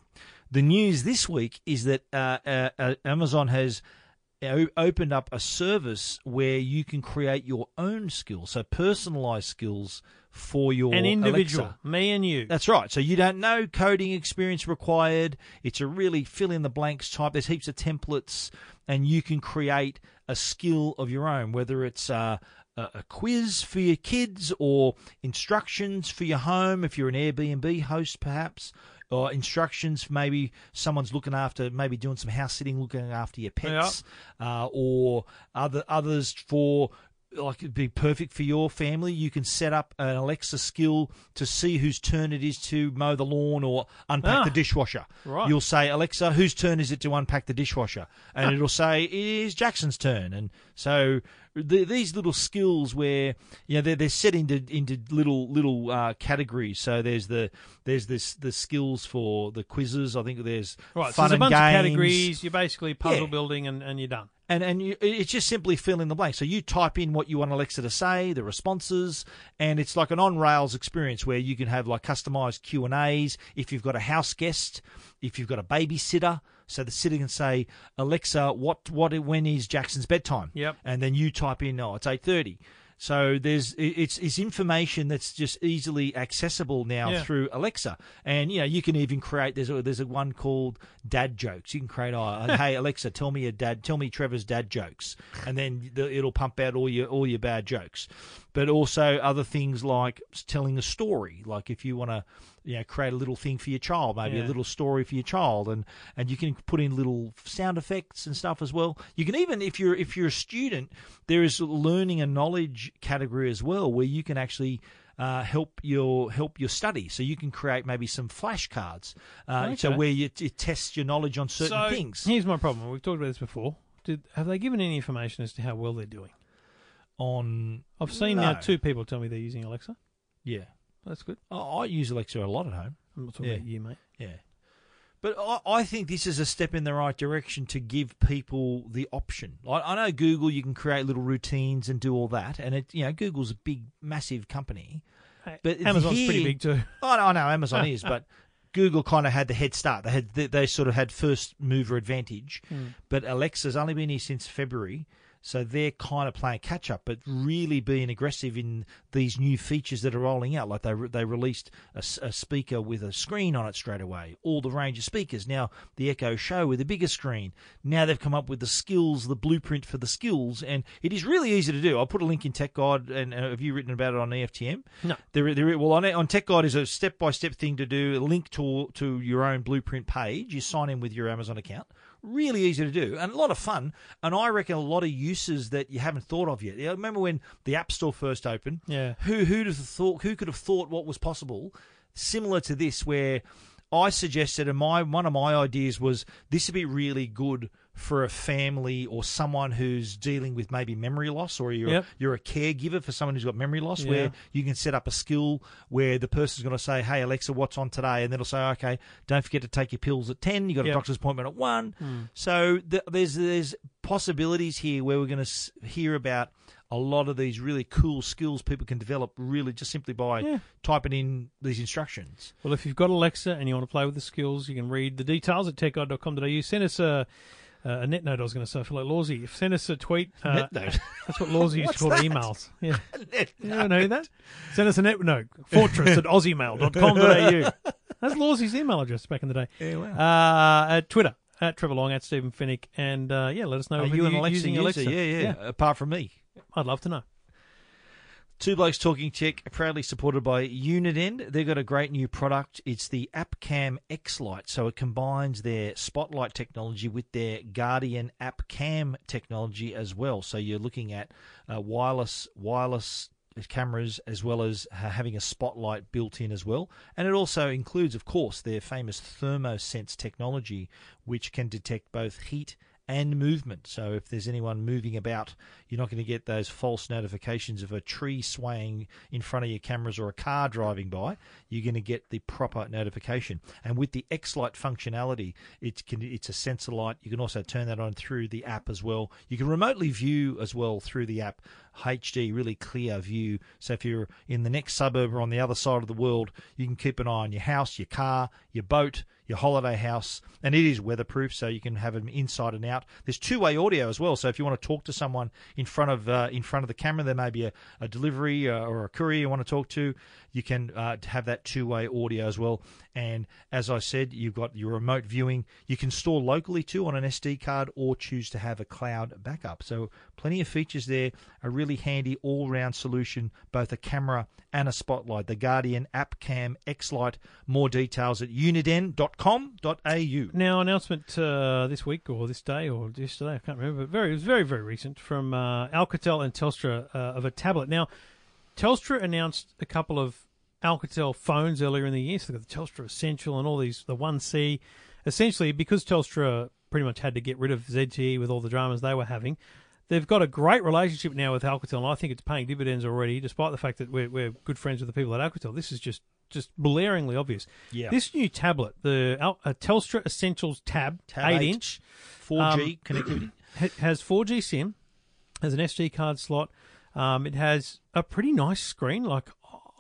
Speaker 3: The news this week is that uh, uh, uh, Amazon has uh, o- opened up a service where you can create your own skills, so personalized skills for your
Speaker 2: An individual,
Speaker 3: Alexa.
Speaker 2: me and you.
Speaker 3: That's right. So you don't know coding experience required. It's a really fill in the blanks type. There's heaps of templates, and you can create a skill of your own, whether it's uh, a, a quiz for your kids or instructions for your home if you're an Airbnb host, perhaps. Or instructions, maybe someone's looking after, maybe doing some house sitting, looking after your pets, uh, or other others for like it'd be perfect for your family. You can set up an Alexa skill to see whose turn it is to mow the lawn or unpack
Speaker 2: Ah,
Speaker 3: the dishwasher.
Speaker 2: right.
Speaker 3: You'll say, Alexa, whose turn is it to unpack the dishwasher?
Speaker 2: Ah.
Speaker 3: And it'll say, it is Jackson's turn. And so the, these little skills where, you know, they're, they're set into, into little, little uh, categories. So there's the, there's this, the skills for the quizzes. I think there's
Speaker 2: Right, so
Speaker 3: fun
Speaker 2: there's a
Speaker 3: and
Speaker 2: bunch
Speaker 3: games.
Speaker 2: of categories. You're basically puzzle
Speaker 3: Yeah.
Speaker 2: building, and, and you're done.
Speaker 3: and and you, it- it's just simply fill in the blank. So you type in what you want Alexa to say, the responses, and it's like an on rails experience where you can have like customized Q and A's. If you've got a house guest, if you've got a babysitter, so the sitter can say, Alexa, what what when is Jackson's bedtime?
Speaker 2: Yep.
Speaker 3: and then you type in, oh, it's eight thirty. So there's it- it's it's information that's just easily accessible now
Speaker 2: Yeah.
Speaker 3: through Alexa, and you know you can even create there's a, there's a one called dad jokes. You can create oh, hey Alexa, tell me a dad, tell me Trevor's dad jokes, and then the, it'll pump out all your all your bad jokes. But also other things like s- telling a story, like if you want to you know create a little thing for your child, maybe
Speaker 2: Yeah.
Speaker 3: a little story for your child, and and you can put in little sound effects and stuff as well. You can even if you're if you're a student, there is learning and knowledge category as well where you can actually uh, help your help your study. So you can create maybe some flashcards. Uh, So
Speaker 2: Okay.
Speaker 3: where you, it tests your knowledge on certain
Speaker 2: so
Speaker 3: things.
Speaker 2: here's my problem. We've talked about this before. Did have they given any information as to how well they're doing?
Speaker 3: On
Speaker 2: I've seen now
Speaker 3: No.
Speaker 2: two people tell me they're using Alexa.
Speaker 3: yeah,
Speaker 2: That's good.
Speaker 3: I, I use Alexa a lot at home.
Speaker 2: I'm not talking
Speaker 3: Yeah.
Speaker 2: about you, mate.
Speaker 3: Yeah. But I, I think this is a step in the right direction to give people the option. I, I know Google, you can create little routines and do all that, and it you know Google's a big, massive company. But
Speaker 2: Amazon's pretty
Speaker 3: here-
Speaker 2: big too.
Speaker 3: I know, I know Amazon is, but Google kind of had the head start. They had they, they sort of had first mover advantage. But Alexa's only been here since February. So they're kind of playing catch up, but really being aggressive in these new features that are rolling out. Like they re- they released a, s- a speaker with a screen on it straight away, all the range of speakers. Now the Echo Show with a bigger screen. Now they've come up with the skills, the blueprint for the skills, and it is really easy to do. I'll put a link in Tech Guide, and uh, have you written about it on EFTM?
Speaker 2: No.
Speaker 3: There, there, well, on, on Tech Guide is a step by step thing to do. A link to to your own blueprint page. You sign in with your Amazon account. Really easy to do and a lot of fun. And I reckon a lot of uses that you haven't thought of yet. You know, remember when the App Store first opened?
Speaker 2: Yeah.
Speaker 3: Who who'd have thought? Who could have thought what was possible? Similar to this, where I suggested, and my one of my ideas was this would be really good for a family or someone who's dealing with maybe memory loss, or you're
Speaker 2: Yep.
Speaker 3: you're a caregiver for someone who's got memory loss,
Speaker 2: Yeah.
Speaker 3: where you can set up a skill where the person's going to say, "Hey Alexa, what's on today?" and then it'll say, "Okay, don't forget to take your pills at ten. You got
Speaker 2: Yep.
Speaker 3: a doctor's appointment at one." So th- there's there's possibilities here where we're going to s- hear about a lot of these really cool skills people can develop really just simply by
Speaker 2: Yeah.
Speaker 3: typing in these instructions.
Speaker 2: Well, if you've got Alexa and you want to play with the skills, you can read the details at techguide.com.au. Send us a, a net note, I was going to say, for like Lawsy. Send us a tweet. Uh,
Speaker 3: Net note.
Speaker 2: That's what Lawsy used to
Speaker 3: What's
Speaker 2: call
Speaker 3: that?
Speaker 2: emails. Yeah.
Speaker 3: Net
Speaker 2: You ever know that? Send us a net note. Fortress at aussiemail.com.au. That's Lawsy's email address back in the day.
Speaker 3: Yeah, wow.
Speaker 2: Uh, at Twitter, at Trevor Long, at Stephen Finnick. And uh, yeah, let us know
Speaker 3: Are
Speaker 2: whether
Speaker 3: you an
Speaker 2: you're
Speaker 3: Alexa
Speaker 2: using
Speaker 3: user?
Speaker 2: Alexa.
Speaker 3: Yeah, yeah, Apart from me.
Speaker 2: I'd love to know.
Speaker 3: Two Blokes Talking Tech, proudly supported by Unitend. They've got a great new product. It's the AppCam X Lite. So it combines their Spotlight technology with their Guardian AppCam technology as well. So you're looking at uh, wireless wireless cameras as well as ha- having a spotlight built in as well. And it also includes, of course, their famous ThermoSense technology, which can detect both heat and movement. So if there's anyone moving about, you're not going to get those false notifications of a tree swaying in front of your cameras or a car driving by. You're going to get the proper notification. And with the X Lite functionality, it can it's a sensor light. You can also turn that on through the app as well. You can remotely view as well through the app. HD, really clear view. So if you're in the next suburb or on the other side of the world, you can keep an eye on your house, your car, your boat, your holiday house, and it is weatherproof, so you can have them inside and out. There's two-way audio as well, so if you want to talk to someone in front of uh, in front of the camera, there may be a, a delivery uh, or a courier you want to talk to, you can uh, have that two-way audio as well. And as I said, you've got your remote viewing. You can store locally too on an SD card, or choose to have a cloud backup. So plenty of features there. A really handy all-round solution, both a camera and a spotlight. The Guardian App Cam X Lite. More details at uniden.com.au.
Speaker 2: Now, announcement uh, this week or this day or yesterday, I can't remember, but very, it was very, very recent from uh, Alcatel and Telstra uh, of a tablet. Now, Telstra announced a couple of Alcatel phones earlier in the year. So they've got the Telstra Essential and all these, the 1C. Essentially, because Telstra pretty much had to get rid of ZTE with all the dramas they were having, they've got a great relationship now with Alcatel. And I think it's paying dividends already, despite the fact that we're, we're good friends with the people at Alcatel. This is just, just blaringly obvious.
Speaker 3: Yeah.
Speaker 2: This new tablet, the Al- uh, Telstra Essentials Tab,
Speaker 3: Tab
Speaker 2: 8
Speaker 3: eight. Um,
Speaker 2: inch,
Speaker 3: 4G connectivity.
Speaker 2: ha- has 4G SIM, has an SD card slot. Um, it has a pretty nice screen. Like,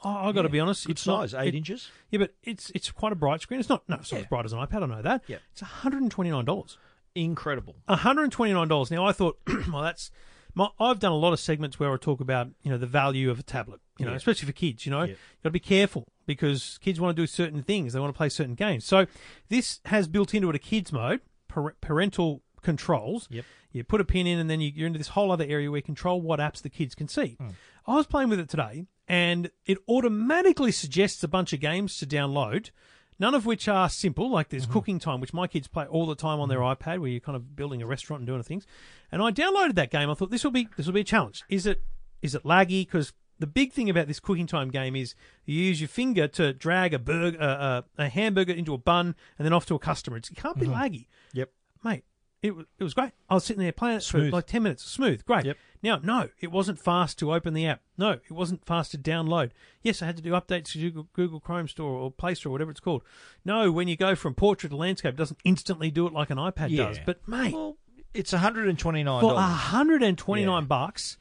Speaker 2: I, I got to be honest,
Speaker 3: Good
Speaker 2: it's not-
Speaker 3: size, eight
Speaker 2: it-
Speaker 3: inches.
Speaker 2: Yeah, but it's it's quite a bright screen. It's not no, it's not
Speaker 3: Yeah.
Speaker 2: as bright as an iPad. I know that.
Speaker 3: Yep.
Speaker 2: It's one hundred and twenty nine dollars.
Speaker 3: Incredible.
Speaker 2: $129. Now I thought, well, that's my, I've done a lot of segments where I talk about you know the value of a tablet, you know,
Speaker 3: Yeah.
Speaker 2: especially for kids. You know,
Speaker 3: Yeah.
Speaker 2: you got to be careful because kids want to do certain things, they want to play certain games. So this has built into it a kids mode, par- parental controls.
Speaker 3: Yep.
Speaker 2: You put a pin in, and then you, you're into this whole other area where you control what apps the kids can see.
Speaker 3: Hmm.
Speaker 2: I was playing with it today, and it automatically suggests a bunch of games to download. None of which are simple, like there's cooking time, which my kids play all the time on their iPad, where you're kind of building a restaurant and doing things. And I downloaded that game. I thought this will be this will be a challenge. Is it is it laggy? Because the big thing about this cooking time game is you use your finger to drag a burger, uh, uh, a hamburger into a bun, and then off to a customer. It's, it can't be laggy
Speaker 3: Yep.
Speaker 2: mate, it was it was great. I was sitting there playing it
Speaker 3: Smooth.
Speaker 2: for like ten minutes, smooth, great.
Speaker 3: Yep.
Speaker 2: Now, no, it wasn't fast to open the app. No, it wasn't fast to download. Yes, I had to do updates to Google, Google Chrome Store or Play Store, whatever it's called. No, when you go from portrait to landscape, it doesn't instantly do it like an iPad
Speaker 3: Yeah. Oh,
Speaker 2: does. But mate,
Speaker 3: Well, it's $129.
Speaker 2: for hundred and twenty nine
Speaker 3: Yeah.
Speaker 2: bucks,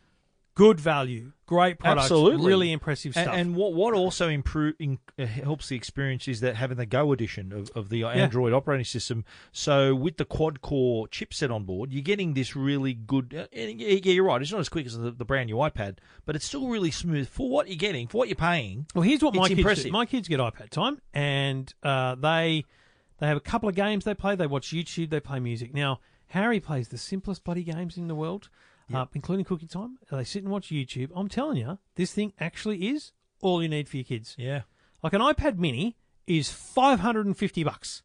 Speaker 2: Good value, great products,
Speaker 3: Absolutely.
Speaker 2: really impressive
Speaker 3: And,
Speaker 2: stuff.
Speaker 3: and what what also improve in, uh, helps the experience is that having the Go edition of, of the Android operating system. So with the quad core chipset on board, you're getting this really good. uh, And yeah, yeah, you're right. It's not as quick as the, the brand new iPad, but it's still really smooth for what you're getting, for what you're paying.
Speaker 2: Well, here's what my
Speaker 3: It's
Speaker 2: kids do.
Speaker 3: impressive.
Speaker 2: My kids get iPad time, and uh, they they have a couple of games they play. They watch YouTube. They play music. Now Harry plays the simplest bloody games in the world, uh, including Cookie Time. They sit and watch YouTube. I'm telling you, this thing actually is all you need for your kids.
Speaker 3: Yeah.
Speaker 2: Like an iPad Mini is 550 bucks.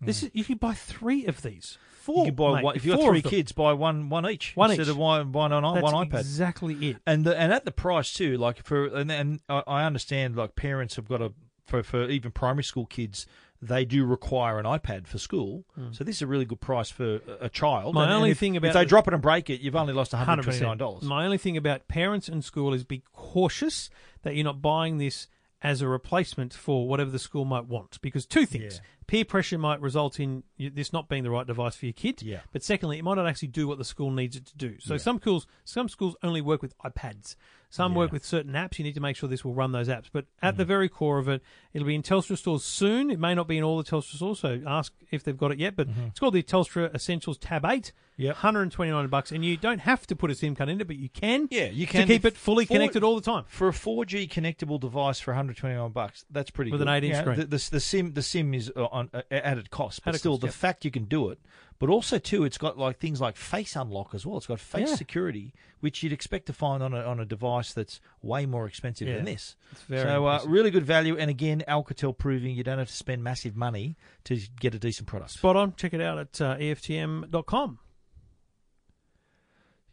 Speaker 2: This is you can buy three of these. Four.
Speaker 3: Hmm. you can buy
Speaker 2: mate,
Speaker 3: one, if you've got
Speaker 2: four
Speaker 3: three
Speaker 2: of them.
Speaker 3: kids, buy one one each
Speaker 2: One
Speaker 3: instead
Speaker 2: each.
Speaker 3: of one one on
Speaker 2: that's
Speaker 3: one iPad.
Speaker 2: exactly it.
Speaker 3: and the, and at the price too. Like for and, and I I understand like parents have got a for for even primary school kids they do require an iPad for school. So this is a really good price for a- a
Speaker 2: Hmm.
Speaker 3: child.
Speaker 2: My
Speaker 3: And- and
Speaker 2: only
Speaker 3: if-
Speaker 2: thing
Speaker 3: if
Speaker 2: about
Speaker 3: they
Speaker 2: the-
Speaker 3: drop it and break it, you've only lost one hundred twenty nine
Speaker 2: 100%.
Speaker 3: dollars.
Speaker 2: My only thing about parents and school is be cautious that you're not buying this as a replacement for whatever the school might want. Because two things
Speaker 3: Yeah.
Speaker 2: peer pressure might result in you- this not being the right device for your kid.
Speaker 3: Yeah.
Speaker 2: But secondly, it might not actually do what the school needs it to do. So some schools some schools only work with iPads. Some work with certain apps. You need to make sure this will run those apps. But at
Speaker 3: Mm-hmm.
Speaker 2: the very core of it, it'll be in Telstra stores soon. It may not be in all the Telstra stores, so ask if they've got it yet. But it's called the Telstra Essentials Tab 8.
Speaker 3: Mm-hmm. Yep.
Speaker 2: 129 bucks and you don't have to put a SIM card in it, but you can.
Speaker 3: Yeah, you can
Speaker 2: to keep it fully
Speaker 3: Four-
Speaker 2: connected all the time.
Speaker 3: for a 4G connectable device for 129 bucks, that's pretty
Speaker 2: With
Speaker 3: good.
Speaker 2: an 8 inch
Speaker 3: You know,
Speaker 2: screen.
Speaker 3: The, the, the sim the sim is uh, on uh, added cost, but
Speaker 2: Added
Speaker 3: still
Speaker 2: cost,
Speaker 3: the
Speaker 2: yeah.
Speaker 3: fact you can do it. But also too, it's got like things like face unlock as well. It's got face
Speaker 2: Yeah.
Speaker 3: security, which you'd expect to find on a, on a device that's way more expensive
Speaker 2: Yeah.
Speaker 3: than this.
Speaker 2: It's very
Speaker 3: so uh,
Speaker 2: impressive.
Speaker 3: really good value, and again, Alcatel proving you don't have to spend massive money to get a decent product.
Speaker 2: Spot on. Check it out at uh, EFTM.com.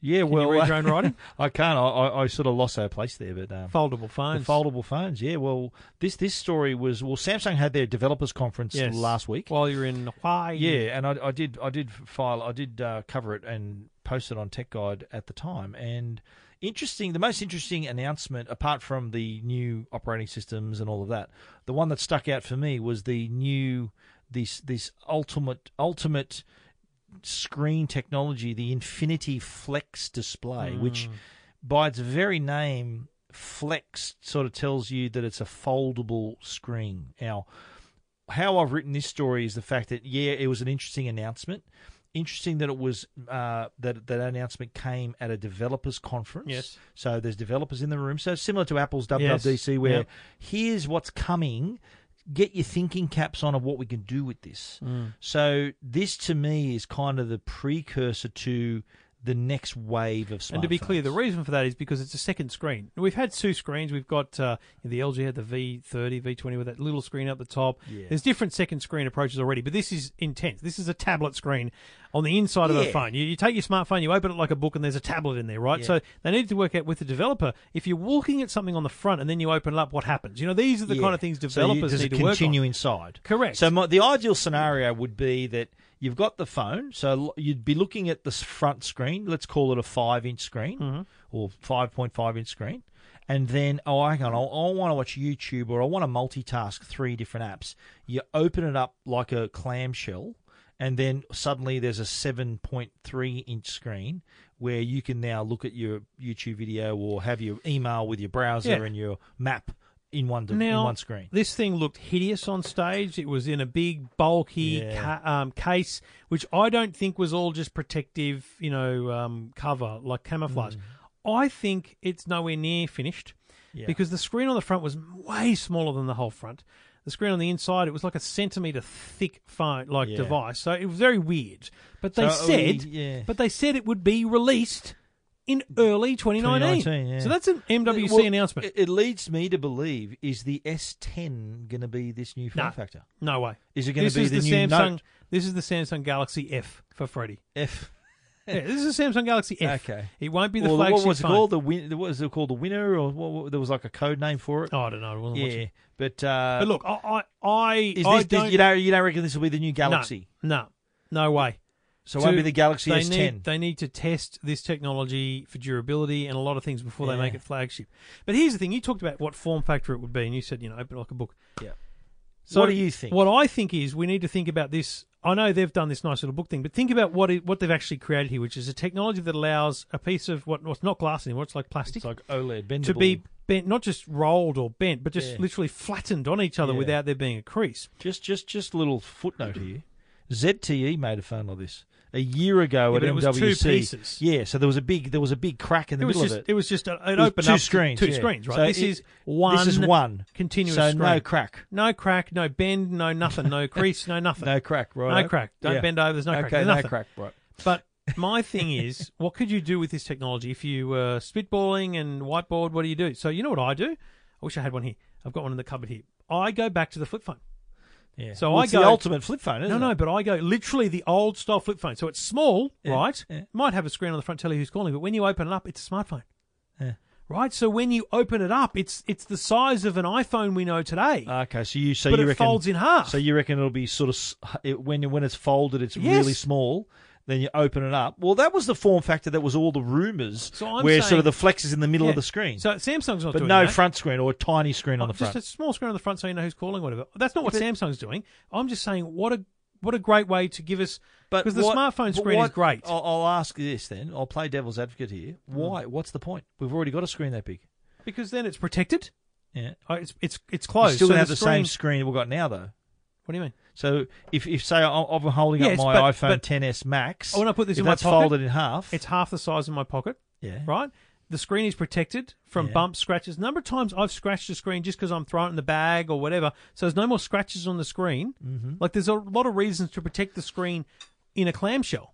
Speaker 3: yeah,
Speaker 2: Can
Speaker 3: well, uh,
Speaker 2: you read your own writing?
Speaker 3: I can't. I, I, I sort of lost our place there, but um,
Speaker 2: Foldable phones.
Speaker 3: The foldable phones, yeah. Well, this this story was well. Samsung had their developers conference
Speaker 2: Yes.
Speaker 3: last week.
Speaker 2: While you're in Hawaii.
Speaker 3: yeah, and I, I did I did file I did uh, cover it and post it on Tech Guide at the time. And interesting, the most interesting announcement apart from the new operating systems and all of that, the one that stuck out for me was the new this this ultimate ultimate screen technology, the Infinity Flex display, which by its very name, Flex sort of tells you that it's a foldable screen. Now, how I've written this story is the fact that yeah, it was an interesting announcement. Interesting that it was uh, that that announcement came at a developers conference.
Speaker 2: Yes.
Speaker 3: So there's developers in the room. So similar to Apple's WWDC, where
Speaker 2: Yep.
Speaker 3: here's what's coming. Get your thinking caps on of what we can do with this. So this to me is kind of the precursor to the next wave of smartphones.
Speaker 2: And to be clear, the reason for that is because it's a second screen. We've had two screens. We've got uh, the LG had the V30, V20 with that little screen up the top.
Speaker 3: Yeah.
Speaker 2: There's different second screen approaches already, but this is intense. This is a tablet screen on the inside of a
Speaker 3: Yeah.
Speaker 2: phone. You, you take your smartphone, you open it like a book, and there's a tablet in there, right?
Speaker 3: Yeah.
Speaker 2: So they needed to work out with the developer if you're walking at something on the front and then you open it up, what happens? You know, these are the
Speaker 3: Yeah.
Speaker 2: kind of things
Speaker 3: So you-
Speaker 2: developers
Speaker 3: does
Speaker 2: need
Speaker 3: it
Speaker 2: to work on.
Speaker 3: continue inside.
Speaker 2: Correct.
Speaker 3: So my, the ideal scenario would be that you've got the phone, so l- you'd be looking at this front screen. Let's call it a five-inch screen
Speaker 2: Mm-hmm.
Speaker 3: or five point five-inch screen, and then oh, I can I, want to watch YouTube or I want to multitask three different apps. You open it up like a clamshell. And then suddenly there's a 7.3 inch screen where you can now look at your YouTube video or have your email with your browser
Speaker 2: Yeah.
Speaker 3: and your map in one, in
Speaker 2: Now,
Speaker 3: one screen.
Speaker 2: This thing looked hideous on stage. It was in a big, bulky
Speaker 3: Yeah.
Speaker 2: ca- um, case, which I don't think was all just protective, you know, um, cover like camouflage. I think it's nowhere near finished
Speaker 3: Mm. Yeah.
Speaker 2: because the screen on the front was way smaller than the whole front. The screen on the inside, it was like a centimeter thick phone like
Speaker 3: Yeah.
Speaker 2: device, so it was very weird. But they
Speaker 3: So, uh, we-
Speaker 2: said,
Speaker 3: yeah.
Speaker 2: but they said it would be released in early 2019.
Speaker 3: 2019, yeah.
Speaker 2: So that's an MWC
Speaker 3: Well,
Speaker 2: announcement.
Speaker 3: It, it leads me to believe is the S10 going to be this new form
Speaker 2: No.
Speaker 3: factor?
Speaker 2: No way.
Speaker 3: Is it gonna
Speaker 2: This
Speaker 3: be the new
Speaker 2: Samsung?
Speaker 3: Note?
Speaker 2: This is the Samsung Galaxy F for Freddie.
Speaker 3: F.
Speaker 2: Yeah, this is a Samsung Galaxy F.
Speaker 3: Okay.
Speaker 2: It won't be the
Speaker 3: Well,
Speaker 2: flagship
Speaker 3: what was it
Speaker 2: phone.
Speaker 3: called? The win, what was it called? The winner, or what, what- there was like a code name for it.
Speaker 2: Oh, I don't know. I wasn't
Speaker 3: yeah,
Speaker 2: watching.
Speaker 3: but uh,
Speaker 2: But look, I, I, I,
Speaker 3: is
Speaker 2: I
Speaker 3: this,
Speaker 2: don't,
Speaker 3: you don't you don't reckon this will be the new
Speaker 2: no,
Speaker 3: Galaxy?
Speaker 2: No, no, way.
Speaker 3: So it won't
Speaker 2: To-
Speaker 3: be the Galaxy
Speaker 2: they
Speaker 3: S10.
Speaker 2: Need, they need to test this technology for durability and a lot of things before they
Speaker 3: Yeah.
Speaker 2: make it flagship. But here's the thing: you talked about what form factor it would be, and you said, you know, open it like a book.
Speaker 3: Yeah.
Speaker 2: So
Speaker 3: What do you think?
Speaker 2: What I think is we need to think about this I know they've done this nice little book thing, but think about what it, what they've actually created here, which is a technology that allows a piece of what what's not glass anymore, it's like plastic,
Speaker 3: It's like OLED bendable.
Speaker 2: to be bent, not just rolled or bent, but just
Speaker 3: Yeah.
Speaker 2: literally flattened on each other
Speaker 3: Yeah.
Speaker 2: without there being a crease.
Speaker 3: just just just a little footnote here. ZTE made a phone like this a year ago
Speaker 2: Yeah,
Speaker 3: at
Speaker 2: but it was two
Speaker 3: MWC.
Speaker 2: pieces.
Speaker 3: Yeah, so there was a big there was a big crack in the
Speaker 2: It was
Speaker 3: middle
Speaker 2: just
Speaker 3: of
Speaker 2: it.
Speaker 3: it.
Speaker 2: was just a, it,
Speaker 3: was
Speaker 2: opened
Speaker 3: two
Speaker 2: up to
Speaker 3: screens,
Speaker 2: two
Speaker 3: yeah.
Speaker 2: screens, right?
Speaker 3: So
Speaker 2: this
Speaker 3: it-
Speaker 2: is one.
Speaker 3: this is one
Speaker 2: continuous
Speaker 3: So
Speaker 2: screen.
Speaker 3: no crack,
Speaker 2: No crack, no bend, no nothing, no crease, no nothing.
Speaker 3: no crack, right?
Speaker 2: No crack. Don't
Speaker 3: Yeah.
Speaker 2: bend over. There's no
Speaker 3: okay,
Speaker 2: crack. There's
Speaker 3: no
Speaker 2: nothing.
Speaker 3: crack, right?
Speaker 2: But my thing is, what could you do with this technology if you were spitballing and whiteboard? What do you do? So you know what I do? I wish I had one here. I've got one in the cupboard here. I go back to the flip phone.
Speaker 3: Yeah.
Speaker 2: So
Speaker 3: Well,
Speaker 2: I
Speaker 3: it's
Speaker 2: go-
Speaker 3: the ultimate flip phone,
Speaker 2: No,
Speaker 3: isn't
Speaker 2: no,
Speaker 3: it?
Speaker 2: but I go literally the old style flip phone. So it's small,
Speaker 3: Yeah,
Speaker 2: right?
Speaker 3: yeah.
Speaker 2: Might have a screen on the front, tell you who's calling, but when you open it up, it's a smartphone.
Speaker 3: Yeah.
Speaker 2: Right? So when you open it up, it's it's the size of an iPhone we know today.
Speaker 3: Okay, so you Uh, so
Speaker 2: But
Speaker 3: you
Speaker 2: it
Speaker 3: reckon
Speaker 2: folds in half.
Speaker 3: So you reckon it'll be sort of s- it, when when it's folded, it's really
Speaker 2: Yes.
Speaker 3: small. Then you open it up. Well, that was the form factor that was all the rumors,
Speaker 2: So I'm
Speaker 3: where sort
Speaker 2: saying-
Speaker 3: of the flex is in the middle
Speaker 2: Yeah.
Speaker 3: of the screen,
Speaker 2: So Samsung's not
Speaker 3: but
Speaker 2: doing
Speaker 3: no
Speaker 2: that.
Speaker 3: front screen or a tiny screen on the front.
Speaker 2: Oh, Just a small screen on the front so you know who's calling, whatever. That's not what Samsung's doing. I'm just saying what a what a great way to give us
Speaker 3: But
Speaker 2: because the
Speaker 3: what-
Speaker 2: smartphone
Speaker 3: but
Speaker 2: screen is
Speaker 3: what- oh.
Speaker 2: great.
Speaker 3: I'll, I'll ask you this then. I'll play devil's advocate here.
Speaker 2: Hmm.
Speaker 3: Why? What's the point? We've already got a screen that big.
Speaker 2: Because then it's protected.
Speaker 3: Yeah.
Speaker 2: Uh, It's it's it's
Speaker 3: You
Speaker 2: closed.
Speaker 3: still
Speaker 2: so
Speaker 3: have
Speaker 2: the
Speaker 3: the
Speaker 2: screen,
Speaker 3: same screen we've got now though.
Speaker 2: What do you mean?
Speaker 3: So if if say I- I'm holding
Speaker 2: Yes,
Speaker 3: up my
Speaker 2: but-
Speaker 3: iPhone
Speaker 2: but-
Speaker 3: 10s Max,
Speaker 2: I wanna put this
Speaker 3: if
Speaker 2: in my
Speaker 3: that's
Speaker 2: pocket.
Speaker 3: folded in half.
Speaker 2: It's half the size of my pocket,
Speaker 3: yeah.
Speaker 2: right? The screen is protected from
Speaker 3: Yeah.
Speaker 2: bumps, scratches. number of times I've scratched the screen just because I'm throwing it in the bag or whatever. So there's no more scratches on the screen. Mm-hmm. Like there's a lot of reasons to protect the screen in a clamshell.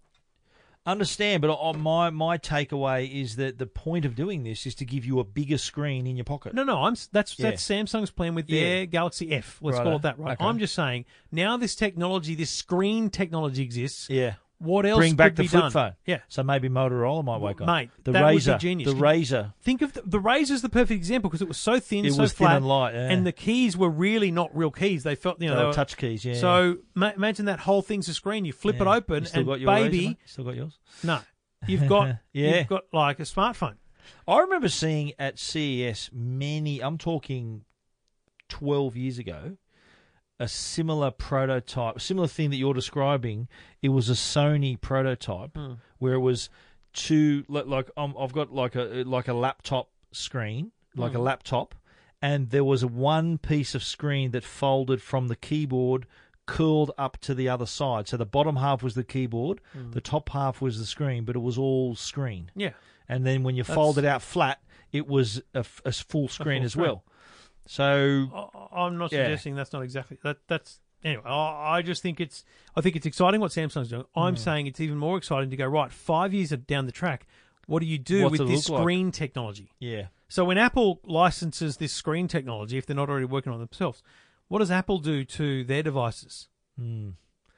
Speaker 3: Understand, but on my my takeaway is that the point of doing this is to give you a bigger screen in your pocket.
Speaker 2: No, no, I'm s- that's
Speaker 3: Yeah.
Speaker 2: that's Samsung's plan with their
Speaker 3: Yeah.
Speaker 2: Galaxy F. Let's
Speaker 3: Righto.
Speaker 2: call it that, right?
Speaker 3: Okay.
Speaker 2: I'm just saying now this technology, this screen technology exists.
Speaker 3: Yeah.
Speaker 2: What else
Speaker 3: Bring back
Speaker 2: could
Speaker 3: the
Speaker 2: be
Speaker 3: flip
Speaker 2: done?
Speaker 3: phone.
Speaker 2: Yeah.
Speaker 3: So maybe Motorola might wake up.
Speaker 2: Mate,
Speaker 3: the
Speaker 2: that would be
Speaker 3: razor,
Speaker 2: genius.
Speaker 3: the razor.
Speaker 2: Think of the, the Razor's the perfect example because it was so thin,
Speaker 3: It
Speaker 2: so
Speaker 3: was thin
Speaker 2: flat,
Speaker 3: and light, yeah.
Speaker 2: and the keys were really not real keys. They felt you know
Speaker 3: They were touch keys, yeah.
Speaker 2: So ma- imagine that whole thing's a screen. You flip it
Speaker 3: Yeah.
Speaker 2: open,
Speaker 3: You still
Speaker 2: and
Speaker 3: got your razor,
Speaker 2: baby,
Speaker 3: mate? still got yours.
Speaker 2: no, you've got
Speaker 3: Yeah.
Speaker 2: you've got like a smartphone.
Speaker 3: I remember seeing at CES many, I'm talking 12 years ago, a similar prototype, similar thing that you're describing. It was a Sony prototype where it was two, li- like um, I've got like a like a laptop screen, like a laptop, and there was one piece of screen that folded from the keyboard curled up to the other side. So the bottom half was the keyboard, the top half was the screen, but it was all screen
Speaker 2: Yeah,
Speaker 3: and then when you
Speaker 2: That's-
Speaker 3: fold it out flat, it was a, f- a s- full screen
Speaker 2: full
Speaker 3: as
Speaker 2: screen.
Speaker 3: well. So
Speaker 2: I, I- I'm not
Speaker 3: Yeah.
Speaker 2: suggesting that's not exactly that. That's anyway. I, I just think it's I think it's exciting what Samsung's doing. I'm
Speaker 3: Hmm.
Speaker 2: saying it's even more exciting to go right five years down the track. What do you do
Speaker 3: What's
Speaker 2: with
Speaker 3: it
Speaker 2: this
Speaker 3: look like?
Speaker 2: screen technology?
Speaker 3: yeah,
Speaker 2: So when Apple licenses this screen technology, if they're not already working on it themselves, what does Apple do to their devices?
Speaker 3: Hmm.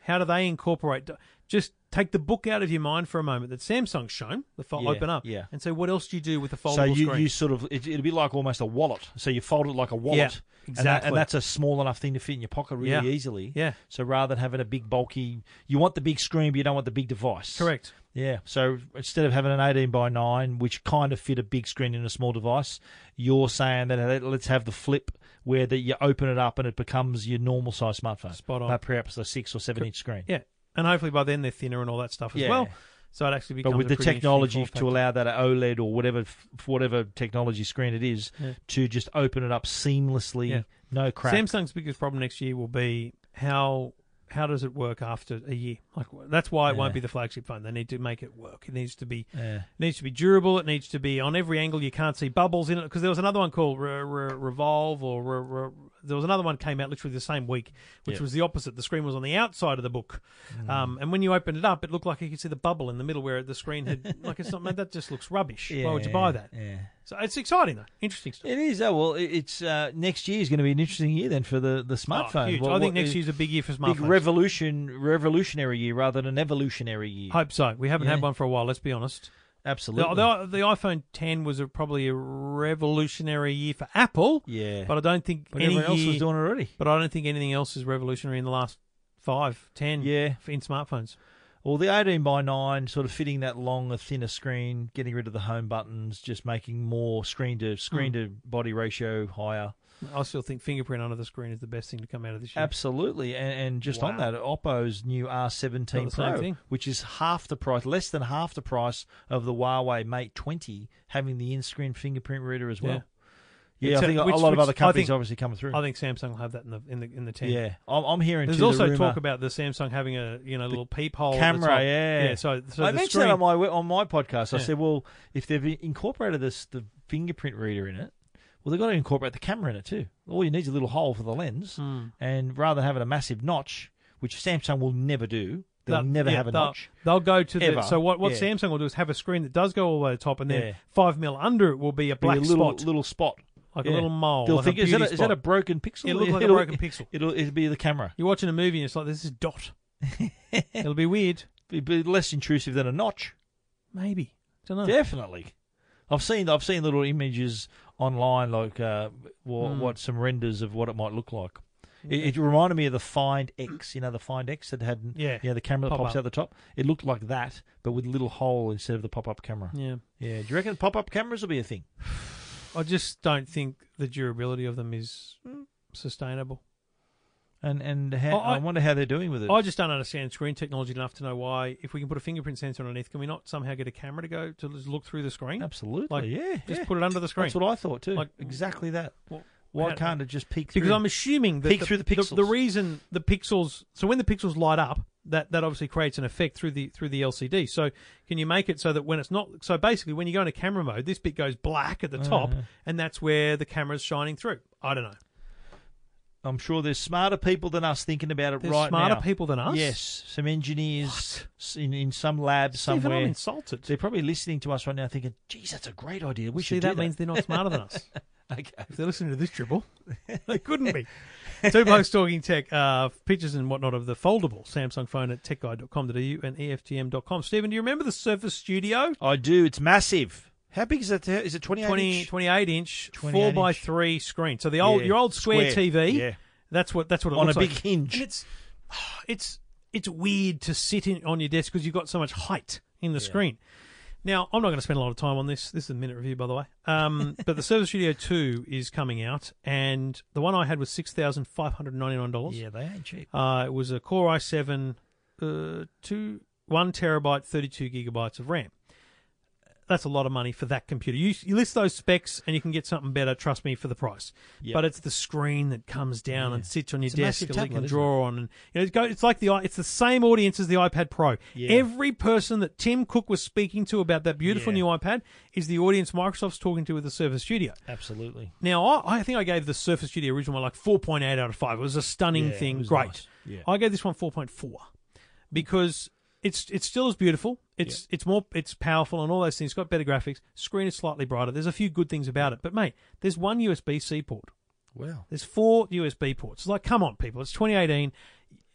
Speaker 2: How do they incorporate? Just take the book out of your mind for a moment that Samsung's shown the fo-
Speaker 3: Yeah,
Speaker 2: open up,
Speaker 3: yeah.
Speaker 2: and say what else do you do with the foldable
Speaker 3: so you,
Speaker 2: screen?
Speaker 3: you sort of it, it'll be like almost a wallet. So you fold it like a wallet, and that-
Speaker 2: exactly.
Speaker 3: and, that's a small enough thing to fit in your pocket really
Speaker 2: Yeah.
Speaker 3: easily.
Speaker 2: Yeah.
Speaker 3: So rather than having a big bulky, you want the big screen, but you don't want the big device.
Speaker 2: Correct.
Speaker 3: Yeah. So instead of having an eighteen by nine, which kind of fit a big screen in a small device, you're saying that let- let's have the flip where that you open it up and it becomes your normal size smartphone.
Speaker 2: Spot on.
Speaker 3: Like perhaps a six or seven inch screen.
Speaker 2: Yeah, and hopefully by then they're thinner and all that stuff as
Speaker 3: Yeah.
Speaker 2: well. So it actually becomes
Speaker 3: but with
Speaker 2: a
Speaker 3: the
Speaker 2: pretty interesting
Speaker 3: technology
Speaker 2: form factor.
Speaker 3: to allow that OLED or whatever f- whatever technology screen it is to just open it up seamlessly,
Speaker 2: Yeah.
Speaker 3: no crap.
Speaker 2: Samsung's biggest problem next year will be how how does it work after a year? Like that's why it won't
Speaker 3: Yeah.
Speaker 2: be the flagship phone. They need to make it work. It needs to be
Speaker 3: Yeah.
Speaker 2: it needs to be durable. It needs to be on every angle. You can't see bubbles in it because there was another one called Re- Re- Revolve or Re- Re- there was another one came out literally the same week, which
Speaker 3: Yeah. Hmm.
Speaker 2: was the opposite. The screen was on the outside of the book, um, and when you opened it up, it looked like you could see the bubble in the middle where the screen had like it's not man, that just looks rubbish. Why would you buy that?
Speaker 3: Yeah.
Speaker 2: So it's exciting though, interesting stuff.
Speaker 3: It is. Oh well, it- it's uh, next year is going to be an interesting year then for the the
Speaker 2: Oh,
Speaker 3: smartphone.
Speaker 2: huge.
Speaker 3: What-
Speaker 2: I think
Speaker 3: what- uh,
Speaker 2: next year's a big year for smartphones.
Speaker 3: big revolution, revolutionary year rather than an evolutionary year.
Speaker 2: Hope so. We haven't had
Speaker 3: Yeah.
Speaker 2: one for a while. Let's be honest. The,
Speaker 3: Absolutely.
Speaker 2: the, the iPhone 10 was a, probably a revolutionary year for Apple.
Speaker 3: yeah.
Speaker 2: But I don't think
Speaker 3: But
Speaker 2: any
Speaker 3: everyone else
Speaker 2: year,
Speaker 3: was doing it already.
Speaker 2: But I don't think anything else is revolutionary in the last five, ten.
Speaker 3: Yeah.
Speaker 2: f- in smartphones.
Speaker 3: Well, the 18 by 9, sort of fitting that longer, thinner
Speaker 2: Hmm.
Speaker 3: screen, getting rid of the home buttons, just making more screen to screen to body ratio higher.
Speaker 2: I still think fingerprint under the screen is the best thing to come out of this year.
Speaker 3: Absolutely, and, and just on
Speaker 2: Wow.
Speaker 3: that, Oppo's new
Speaker 2: Got
Speaker 3: R17
Speaker 2: the same
Speaker 3: Pro,
Speaker 2: thing.
Speaker 3: which is half the price, less than half the price of the Huawei Mate 20, having the in-screen fingerprint reader as well. Yeah, I
Speaker 2: It's a-
Speaker 3: think a,
Speaker 2: which-
Speaker 3: lot
Speaker 2: which
Speaker 3: of other
Speaker 2: I
Speaker 3: companies
Speaker 2: think-
Speaker 3: obviously coming through.
Speaker 2: I think Samsung will have that in the in the in the ten.
Speaker 3: yeah, I'm, I'm hearing
Speaker 2: There's
Speaker 3: too, the
Speaker 2: also
Speaker 3: rumour-
Speaker 2: talk about the Samsung having a you know little peephole at the
Speaker 3: camera.
Speaker 2: top.
Speaker 3: yeah,
Speaker 2: yeah. So, so
Speaker 3: I
Speaker 2: the
Speaker 3: mentioned
Speaker 2: screen,
Speaker 3: that on my on my podcast. I
Speaker 2: Yeah.
Speaker 3: said, well, if they've incorporated this the fingerprint reader in it, well, they've got to incorporate the camera in it too. All you need is a little hole for the lens,
Speaker 2: Hmm.
Speaker 3: and rather than having a massive notch, which Samsung will never do, they'll
Speaker 2: they'll-
Speaker 3: never
Speaker 2: yeah,
Speaker 3: have a
Speaker 2: they'll,
Speaker 3: notch.
Speaker 2: They'll go to the
Speaker 3: Ever.
Speaker 2: so what what
Speaker 3: Yeah.
Speaker 2: Samsung will do is have a screen that does go all the way to the top, and then
Speaker 3: Yeah.
Speaker 2: five mil under it will be a
Speaker 3: Be
Speaker 2: black
Speaker 3: a little
Speaker 2: spot,
Speaker 3: little spot,
Speaker 2: like a
Speaker 3: Yeah.
Speaker 2: little mole.
Speaker 3: They'll
Speaker 2: like
Speaker 3: think,
Speaker 2: a
Speaker 3: is, that a,
Speaker 2: beauty
Speaker 3: is that a
Speaker 2: spot.
Speaker 3: broken pixel?
Speaker 2: It looked like a
Speaker 3: It'll-
Speaker 2: broken pixel.
Speaker 3: It'll it'll be the camera.
Speaker 2: You're watching a movie and it's like this is dot. It'll be weird,
Speaker 3: It'd be less intrusive than a notch.
Speaker 2: maybe. Don't know.
Speaker 3: Definitely. I've seen I've seen little images online, like uh, what,
Speaker 2: Hmm.
Speaker 3: what some renders of what it might look like. It, it reminded me of the Find X, you know, the Find X that had
Speaker 2: Yeah.
Speaker 3: you know, the camera that
Speaker 2: Pop
Speaker 3: pops
Speaker 2: up.
Speaker 3: out the top. It looked like that, but with a little hole instead of the pop up camera.
Speaker 2: Yeah,
Speaker 3: Yeah, do you reckon pop up cameras will be a thing?
Speaker 2: I just don't think the durability of them is sustainable.
Speaker 3: And and how,
Speaker 2: Oh, I-
Speaker 3: I, wonder how they're doing with it.
Speaker 2: I just don't understand screen technology enough to know why. If we can put a fingerprint sensor underneath, can we not somehow get a camera to go to just look through the screen?
Speaker 3: Absolutely,
Speaker 2: Like,
Speaker 3: yeah,
Speaker 2: Just
Speaker 3: yeah.
Speaker 2: put it under the screen.
Speaker 3: That's what I thought too.
Speaker 2: Like-
Speaker 3: exactly that.
Speaker 2: Well,
Speaker 3: Why
Speaker 2: how-
Speaker 3: can't it just peek through?
Speaker 2: because I'm assuming that
Speaker 3: Peek through the pixels.
Speaker 2: The, reason the pixels, so when the pixels light up, that that obviously creates an effect through the through the LCD. So can you make it so that when it's not, so basically when you go into camera mode, this bit goes black at the
Speaker 3: Mm-hmm.
Speaker 2: top, and that's where the camera's shining through. I don't know.
Speaker 3: I'm sure there's smarter people than us thinking about it
Speaker 2: There's
Speaker 3: right
Speaker 2: smarter
Speaker 3: now.
Speaker 2: people than us.
Speaker 3: Yes, some engineers s- in, in some lab
Speaker 2: Stephen,
Speaker 3: somewhere.
Speaker 2: I'm insulted.
Speaker 3: they're probably listening to us right now, thinking, "Geez, that's a great idea. We
Speaker 2: See,
Speaker 3: should
Speaker 2: that,
Speaker 3: do that."
Speaker 2: means they're not smarter than us.
Speaker 3: okay.
Speaker 2: If they're listening to this dribble, they couldn't be. Two Blokes Talking Tech, uh, pictures and whatnot of the foldable Samsung phone at techguide.com.au and E EFTM.com. Stephen, do you remember the Surface Studio?
Speaker 3: I do. It's massive. How big is that? Is it 28
Speaker 2: 20,
Speaker 3: inch?
Speaker 2: 28 inch, 4
Speaker 3: 28
Speaker 2: by
Speaker 3: inch.
Speaker 2: 3 screen. So the old
Speaker 3: Yeah,
Speaker 2: your old square,
Speaker 3: square,
Speaker 2: TV.
Speaker 3: yeah.
Speaker 2: That's what that's what it
Speaker 3: on a
Speaker 2: looks
Speaker 3: big
Speaker 2: like. And
Speaker 3: hinge?
Speaker 2: it's it's it's weird to sit in on your desk because you've got so much height in the screen. Now, I'm not going to spend a lot of time on this. This is a minute review, by the way. Um, but the Surface Studio 2 is coming out, and the one I had was $6,599.
Speaker 3: Yeah, they ain't cheap.
Speaker 2: Uh, it was a Core i7, uh, two one terabyte, thirty two gigabytes of RAM. That's a lot of money for that computer. You, you list those specs, and you can get something better. Trust me for the price.
Speaker 3: Yep.
Speaker 2: But it's the screen that comes down and sits on your
Speaker 3: It's a
Speaker 2: desk
Speaker 3: massive
Speaker 2: that you
Speaker 3: tablet,
Speaker 2: can
Speaker 3: isn't
Speaker 2: draw on, and you know, it go, it's like the i- it's the same audience as the iPad Pro.
Speaker 3: Yeah.
Speaker 2: Every person that Tim Cook was speaking to about that beautiful
Speaker 3: Yeah.
Speaker 2: new iPad is the audience Microsoft's talking to with the Surface Studio.
Speaker 3: Absolutely.
Speaker 2: Now, I, I think I gave the Surface Studio original one like 4.8 out of 5. It was a stunning
Speaker 3: Yeah, it
Speaker 2: thing.
Speaker 3: was
Speaker 2: Great.
Speaker 3: nice. Yeah.
Speaker 2: I gave this one 4.4 because it's it's still as beautiful. It's it's more it's powerful and all those things. It's got better graphics. Screen is slightly brighter. There's a few good things about it. But mate, there's one USB C port.
Speaker 3: Wow.
Speaker 2: There's four USB ports. It's like, come on, people. It's 2018.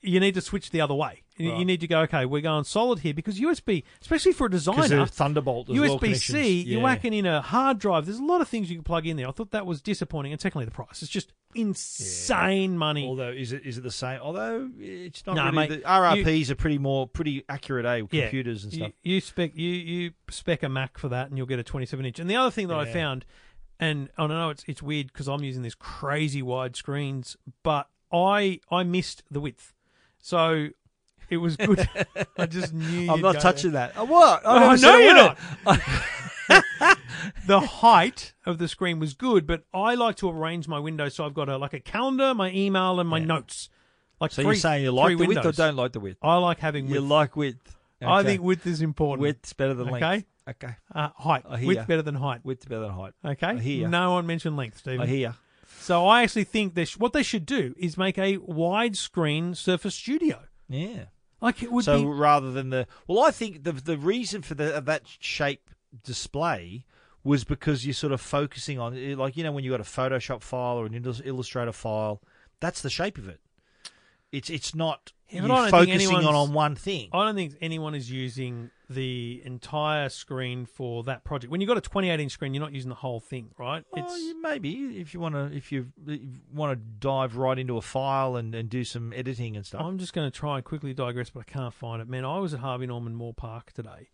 Speaker 2: You need to switch the other way. You, you need to go, okay, we're going solid here because USB, especially for a
Speaker 3: Because
Speaker 2: designer,
Speaker 3: of Thunderbolt as well,
Speaker 2: USB
Speaker 3: connections.
Speaker 2: C, you're
Speaker 3: Yeah.
Speaker 2: whacking in a hard drive. There's a lot of things you can plug in there. I thought that was disappointing, and secondly, the price. It's just insane money.
Speaker 3: Although is it is it the same? Although it's not
Speaker 2: Nah,
Speaker 3: really.
Speaker 2: mate,
Speaker 3: the RRPs are pretty more pretty accurate, eh? with
Speaker 2: Yeah.
Speaker 3: Computers and
Speaker 2: You-
Speaker 3: stuff.
Speaker 2: You, spec you you spec a Mac for that, and you'll get a 27 inch. And the other thing that I
Speaker 3: Yeah.
Speaker 2: found, and I know it's it's weird because I'm using these crazy wide screens, but I I missed the width, so it was good. I just knew.
Speaker 3: I'm
Speaker 2: you'd
Speaker 3: not
Speaker 2: go
Speaker 3: touching that. Oh, what?
Speaker 2: Oh,
Speaker 3: never
Speaker 2: I
Speaker 3: said
Speaker 2: know
Speaker 3: a
Speaker 2: you're
Speaker 3: word.
Speaker 2: not. there. The height of the screen was good, but I like to arrange my windows so I've got a like a calendar, my email, and my notes. Like
Speaker 3: So you
Speaker 2: three,
Speaker 3: you're saying you
Speaker 2: three
Speaker 3: like the width or
Speaker 2: windows.
Speaker 3: don't like the width?
Speaker 2: I like having
Speaker 3: You
Speaker 2: width.
Speaker 3: like width.
Speaker 2: I
Speaker 3: Okay.
Speaker 2: think width is important.
Speaker 3: width's better than
Speaker 2: Okay.
Speaker 3: length. Okay.
Speaker 2: uh, height,
Speaker 3: I hear
Speaker 2: width
Speaker 3: ya.
Speaker 2: better than height.
Speaker 3: Width's better than height.
Speaker 2: Okay,
Speaker 3: I hear ya.
Speaker 2: no one mentioned length,
Speaker 3: I
Speaker 2: Stephen.
Speaker 3: hear. ya.
Speaker 2: so I actually think they sh- what they should do is make a widescreen Surface Studio.
Speaker 3: Yeah.
Speaker 2: Like it would
Speaker 3: so
Speaker 2: be
Speaker 3: rather than the well, I think the the reason for the, that shape display was because you're sort of focusing on it, like you know when you got a Photoshop file or an Illus- Illustrator file, that's the shape of it. It's it's not
Speaker 2: Yeah, but I don't
Speaker 3: you're
Speaker 2: think
Speaker 3: focusing on,
Speaker 2: anyone's-
Speaker 3: on one thing.
Speaker 2: I don't think anyone is using the entire screen for that project. When you've got a 28 inch screen, you're not using the whole thing, right?
Speaker 3: Well, Oh, you- maybe if you want to if you want to dive right into a file and, and do some editing and stuff.
Speaker 2: I'm just going to try and quickly digress, but I can't find it. Man, I was at Harvey Norman Moore Park today,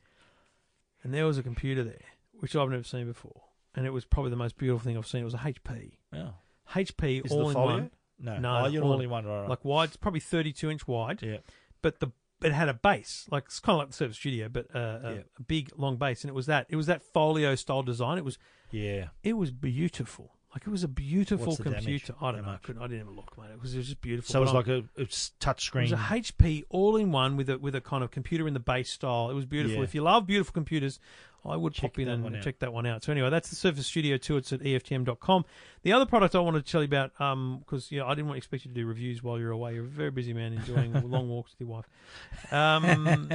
Speaker 2: and there was a computer there, which I've never seen before. And it was probably the most beautiful thing I've seen. It was a HP.
Speaker 3: Yeah.
Speaker 2: HP
Speaker 3: Is it
Speaker 2: all
Speaker 3: the
Speaker 2: in
Speaker 3: folio?
Speaker 2: one.
Speaker 3: No,
Speaker 2: No,
Speaker 3: Oh, you're
Speaker 2: all-
Speaker 3: all in one, right? right.
Speaker 2: Like wide, it's probably 32 inch wide.
Speaker 3: yeah,
Speaker 2: But the it had a base, like it's kind of like the Surface Studio, but uh, a,
Speaker 3: Yeah.
Speaker 2: a big long base, and it was that. It was that folio style design. It was
Speaker 3: yeah.
Speaker 2: it was beautiful. Like it was a beautiful
Speaker 3: What's the damage?
Speaker 2: computer. I don't
Speaker 3: How
Speaker 2: know. I,
Speaker 3: much?
Speaker 2: couldn't, I didn't even look, mate. It was, it was just beautiful.
Speaker 3: So it was
Speaker 2: But I-
Speaker 3: like a, a s- touch
Speaker 2: it was
Speaker 3: screen.
Speaker 2: a HP all in one with a with a kind of computer in the base style. It was beautiful.
Speaker 3: Yeah.
Speaker 2: If you love beautiful computers, I would
Speaker 3: Check
Speaker 2: pop in
Speaker 3: that
Speaker 2: and
Speaker 3: one out.
Speaker 2: check that one out. So anyway, that's the Surface Studio 2. It's at E EFTM.com. The other product I wanted to tell you about, because yeah, I didn't want to expect you to do reviews while you're away. You're a very busy man, enjoying long walks with your wife. Um,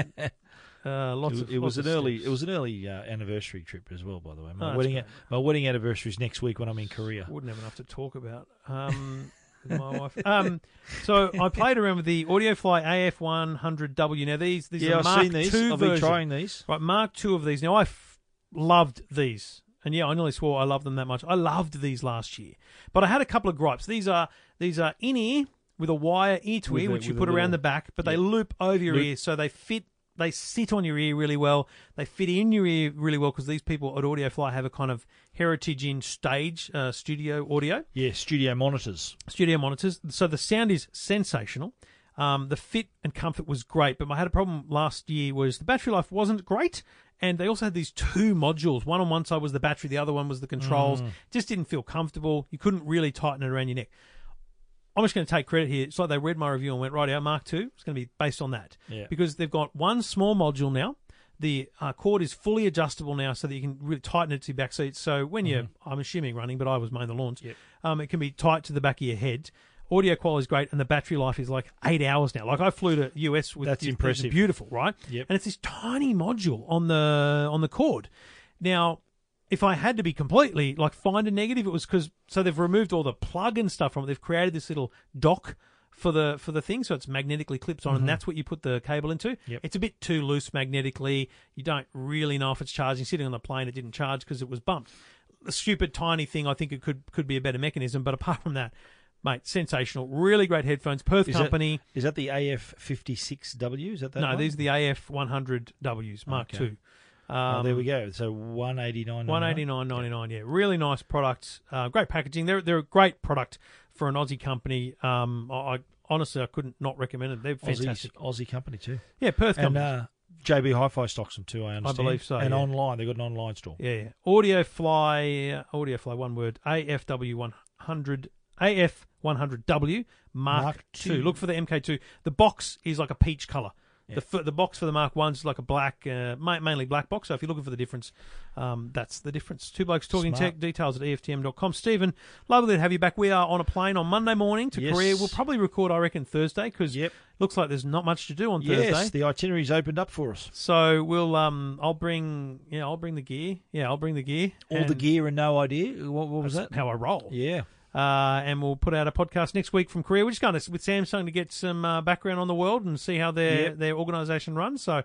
Speaker 2: uh, lots
Speaker 3: It,
Speaker 2: of
Speaker 3: it
Speaker 2: lots
Speaker 3: was an
Speaker 2: of
Speaker 3: early.
Speaker 2: steps.
Speaker 3: It was an early uh, anniversary trip as well. By the way,
Speaker 2: Oh,
Speaker 3: my
Speaker 2: that's
Speaker 3: wedding.
Speaker 2: great.
Speaker 3: My wedding anniversary is next week when I'm in Korea.
Speaker 2: wouldn't have enough to talk about um, with my wife. Um, so I played around with the AudioFly AF100W. Now these these
Speaker 3: yeah,
Speaker 2: are
Speaker 3: I've
Speaker 2: Mark
Speaker 3: seen these.
Speaker 2: II
Speaker 3: I've been
Speaker 2: version.
Speaker 3: trying these.
Speaker 2: Right, Mark two of these. Now I f- loved these, and yeah, I nearly swore I loved them that much. I loved these last year, but I had a couple of gripes. These are these are in ear with a wire ear to
Speaker 3: With
Speaker 2: ear,
Speaker 3: a-
Speaker 2: which you
Speaker 3: with a
Speaker 2: put around
Speaker 3: little-
Speaker 2: the back, but they
Speaker 3: yeah.
Speaker 2: loop over your
Speaker 3: Loop.
Speaker 2: ear, so they fit. They sit on your ear really well. They fit in your ear really well because these people at AudioFly have a kind of heritage in stage uh, studio audio
Speaker 3: Yeah, studio monitors.
Speaker 2: studio monitors. So the sound is sensational. Um, the fit and comfort was great, but I had a problem last year was the battery life wasn't great, and they also had these two modules. One on one side was the battery, the other one was the controls. Just didn't feel comfortable. You couldn't really tighten it around your neck. I'm just going to take credit here. It's like they read my review and went, right, our Mark II It's going to be based on that.
Speaker 3: Yeah.
Speaker 2: Because they've got one small module now. The uh, cord is fully adjustable now so that you can really tighten it to your back seat. So when you're, I'm assuming running, but I was mowing the lawns, um, it can be tight to the back of your head. Audio quality is great, and the battery life is like eight hours now. Like I flew to US with
Speaker 3: That's
Speaker 2: these- these are
Speaker 3: impressive.
Speaker 2: beautiful, right?
Speaker 3: Yep.
Speaker 2: And it's this tiny module on the on the cord. Now, if I had to be completely like find a negative, it was because so they've removed all the plug and stuff from it. They've created this little dock for the for the thing, so it's magnetically clipped on, and that's what you put the cable into.
Speaker 3: Mm-hmm. Yep.
Speaker 2: It's a bit too loose magnetically. You don't really know if it's charging. Sitting on the plane, it didn't charge because it was bumped. A stupid tiny thing. I think it could could be a better mechanism, but apart from that. Mate, sensational! Really great headphones. Perth
Speaker 3: Is that-
Speaker 2: company.
Speaker 3: Is that the AF56W? Is that that?
Speaker 2: no,
Speaker 3: one?
Speaker 2: these are the AF100Ws Mark
Speaker 3: Okay.
Speaker 2: II.
Speaker 3: Oh, there
Speaker 2: Um,
Speaker 3: we go. So 189.
Speaker 2: One eighty nine ninety nine. Yeah, really nice product. Uh, great packaging. They're they're a great product for an Aussie company. Um, I, I honestly I couldn't not recommend it. They're
Speaker 3: Aussie,
Speaker 2: fantastic.
Speaker 3: Aussie company too.
Speaker 2: Yeah, Perth
Speaker 3: And
Speaker 2: company.
Speaker 3: uh, JB Hi-Fi stocks them too. I understand.
Speaker 2: believe so,
Speaker 3: And
Speaker 2: yeah.
Speaker 3: online, they've got an online store.
Speaker 2: yeah, yeah. AudioFly, uh, AudioFly, one word. AFW one hundred. AF one hundred W Mark,
Speaker 3: Mark
Speaker 2: two.
Speaker 3: two.
Speaker 2: Look for the MK two. The box is like a peach color. The The the box for the Mark one's like a black, uh, ma- mainly black box. So if you're looking for the difference, um, that's the difference. Two blokes talking
Speaker 3: Smart.
Speaker 2: tech details at E EFTM.com. Stephen, lovely to have you back. We are on a plane on Monday morning to
Speaker 3: Yes.
Speaker 2: Korea. We'll probably record, I reckon, Thursday because
Speaker 3: Yep.
Speaker 2: looks like there's not much to do on
Speaker 3: Yes,
Speaker 2: Thursday.
Speaker 3: the itinerary's opened up for us.
Speaker 2: So we'll um I'll bring yeah I'll bring the gear yeah I'll bring the gear
Speaker 3: All the
Speaker 2: and-
Speaker 3: gear and no idea. What, what was that?
Speaker 2: that's how I roll.
Speaker 3: Yeah.
Speaker 2: Uh, and we'll put out a podcast next week from Korea. We're just going to, with Samsung to get some uh, background on the world and see how their
Speaker 3: Yep.
Speaker 2: their organisation runs. So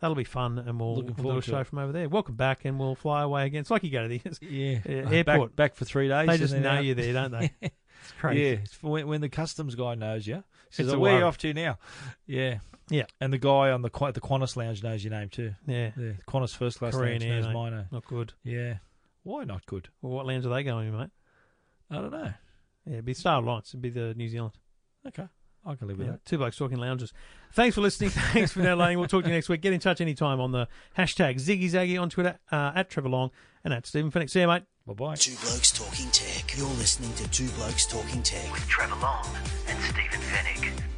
Speaker 2: that'll be fun, and we'll,
Speaker 3: Looking
Speaker 2: we'll do a
Speaker 3: forward to
Speaker 2: show
Speaker 3: it.
Speaker 2: from over there. Welcome back, and we'll fly away again. It's like you go to the
Speaker 3: Yeah.
Speaker 2: Yeah, airport.
Speaker 3: Back, back for three days.
Speaker 2: they
Speaker 3: and
Speaker 2: just
Speaker 3: then
Speaker 2: know
Speaker 3: out.
Speaker 2: you there, don't they? It's crazy.
Speaker 3: Yeah, it's for when, when the customs guy knows you, says,
Speaker 2: It's a
Speaker 3: "Oh, "Where are
Speaker 2: worry.
Speaker 3: you off to now?" Yeah,
Speaker 2: Yeah.
Speaker 3: And the guy on the Qu- the Qantas lounge knows your name too.
Speaker 2: yeah.
Speaker 3: Yeah, Qantas first class
Speaker 2: Korean
Speaker 3: lounge knows
Speaker 2: Air,
Speaker 3: my name.
Speaker 2: Not good.
Speaker 3: Yeah, why not good?
Speaker 2: Well, what lands are they going to, mate?
Speaker 3: I don't know.
Speaker 2: Yeah, it'd be Star Alliance. It'd be the New Zealand.
Speaker 3: Okay, I can live with
Speaker 2: Yeah, two blokes talking lounges. Thanks for listening. Thanks for downloading. We'll talk to you next week. Get in touch anytime on the hashtag Ziggy Zaggy on Twitter uh, at Trevor Long and at Stephen Finnick. See you, mate.
Speaker 3: that. Bye bye.
Speaker 1: Two Blokes Talking Tech. You're listening to Two Blokes Talking Tech.
Speaker 4: Trevor Long and Stephen Fennick.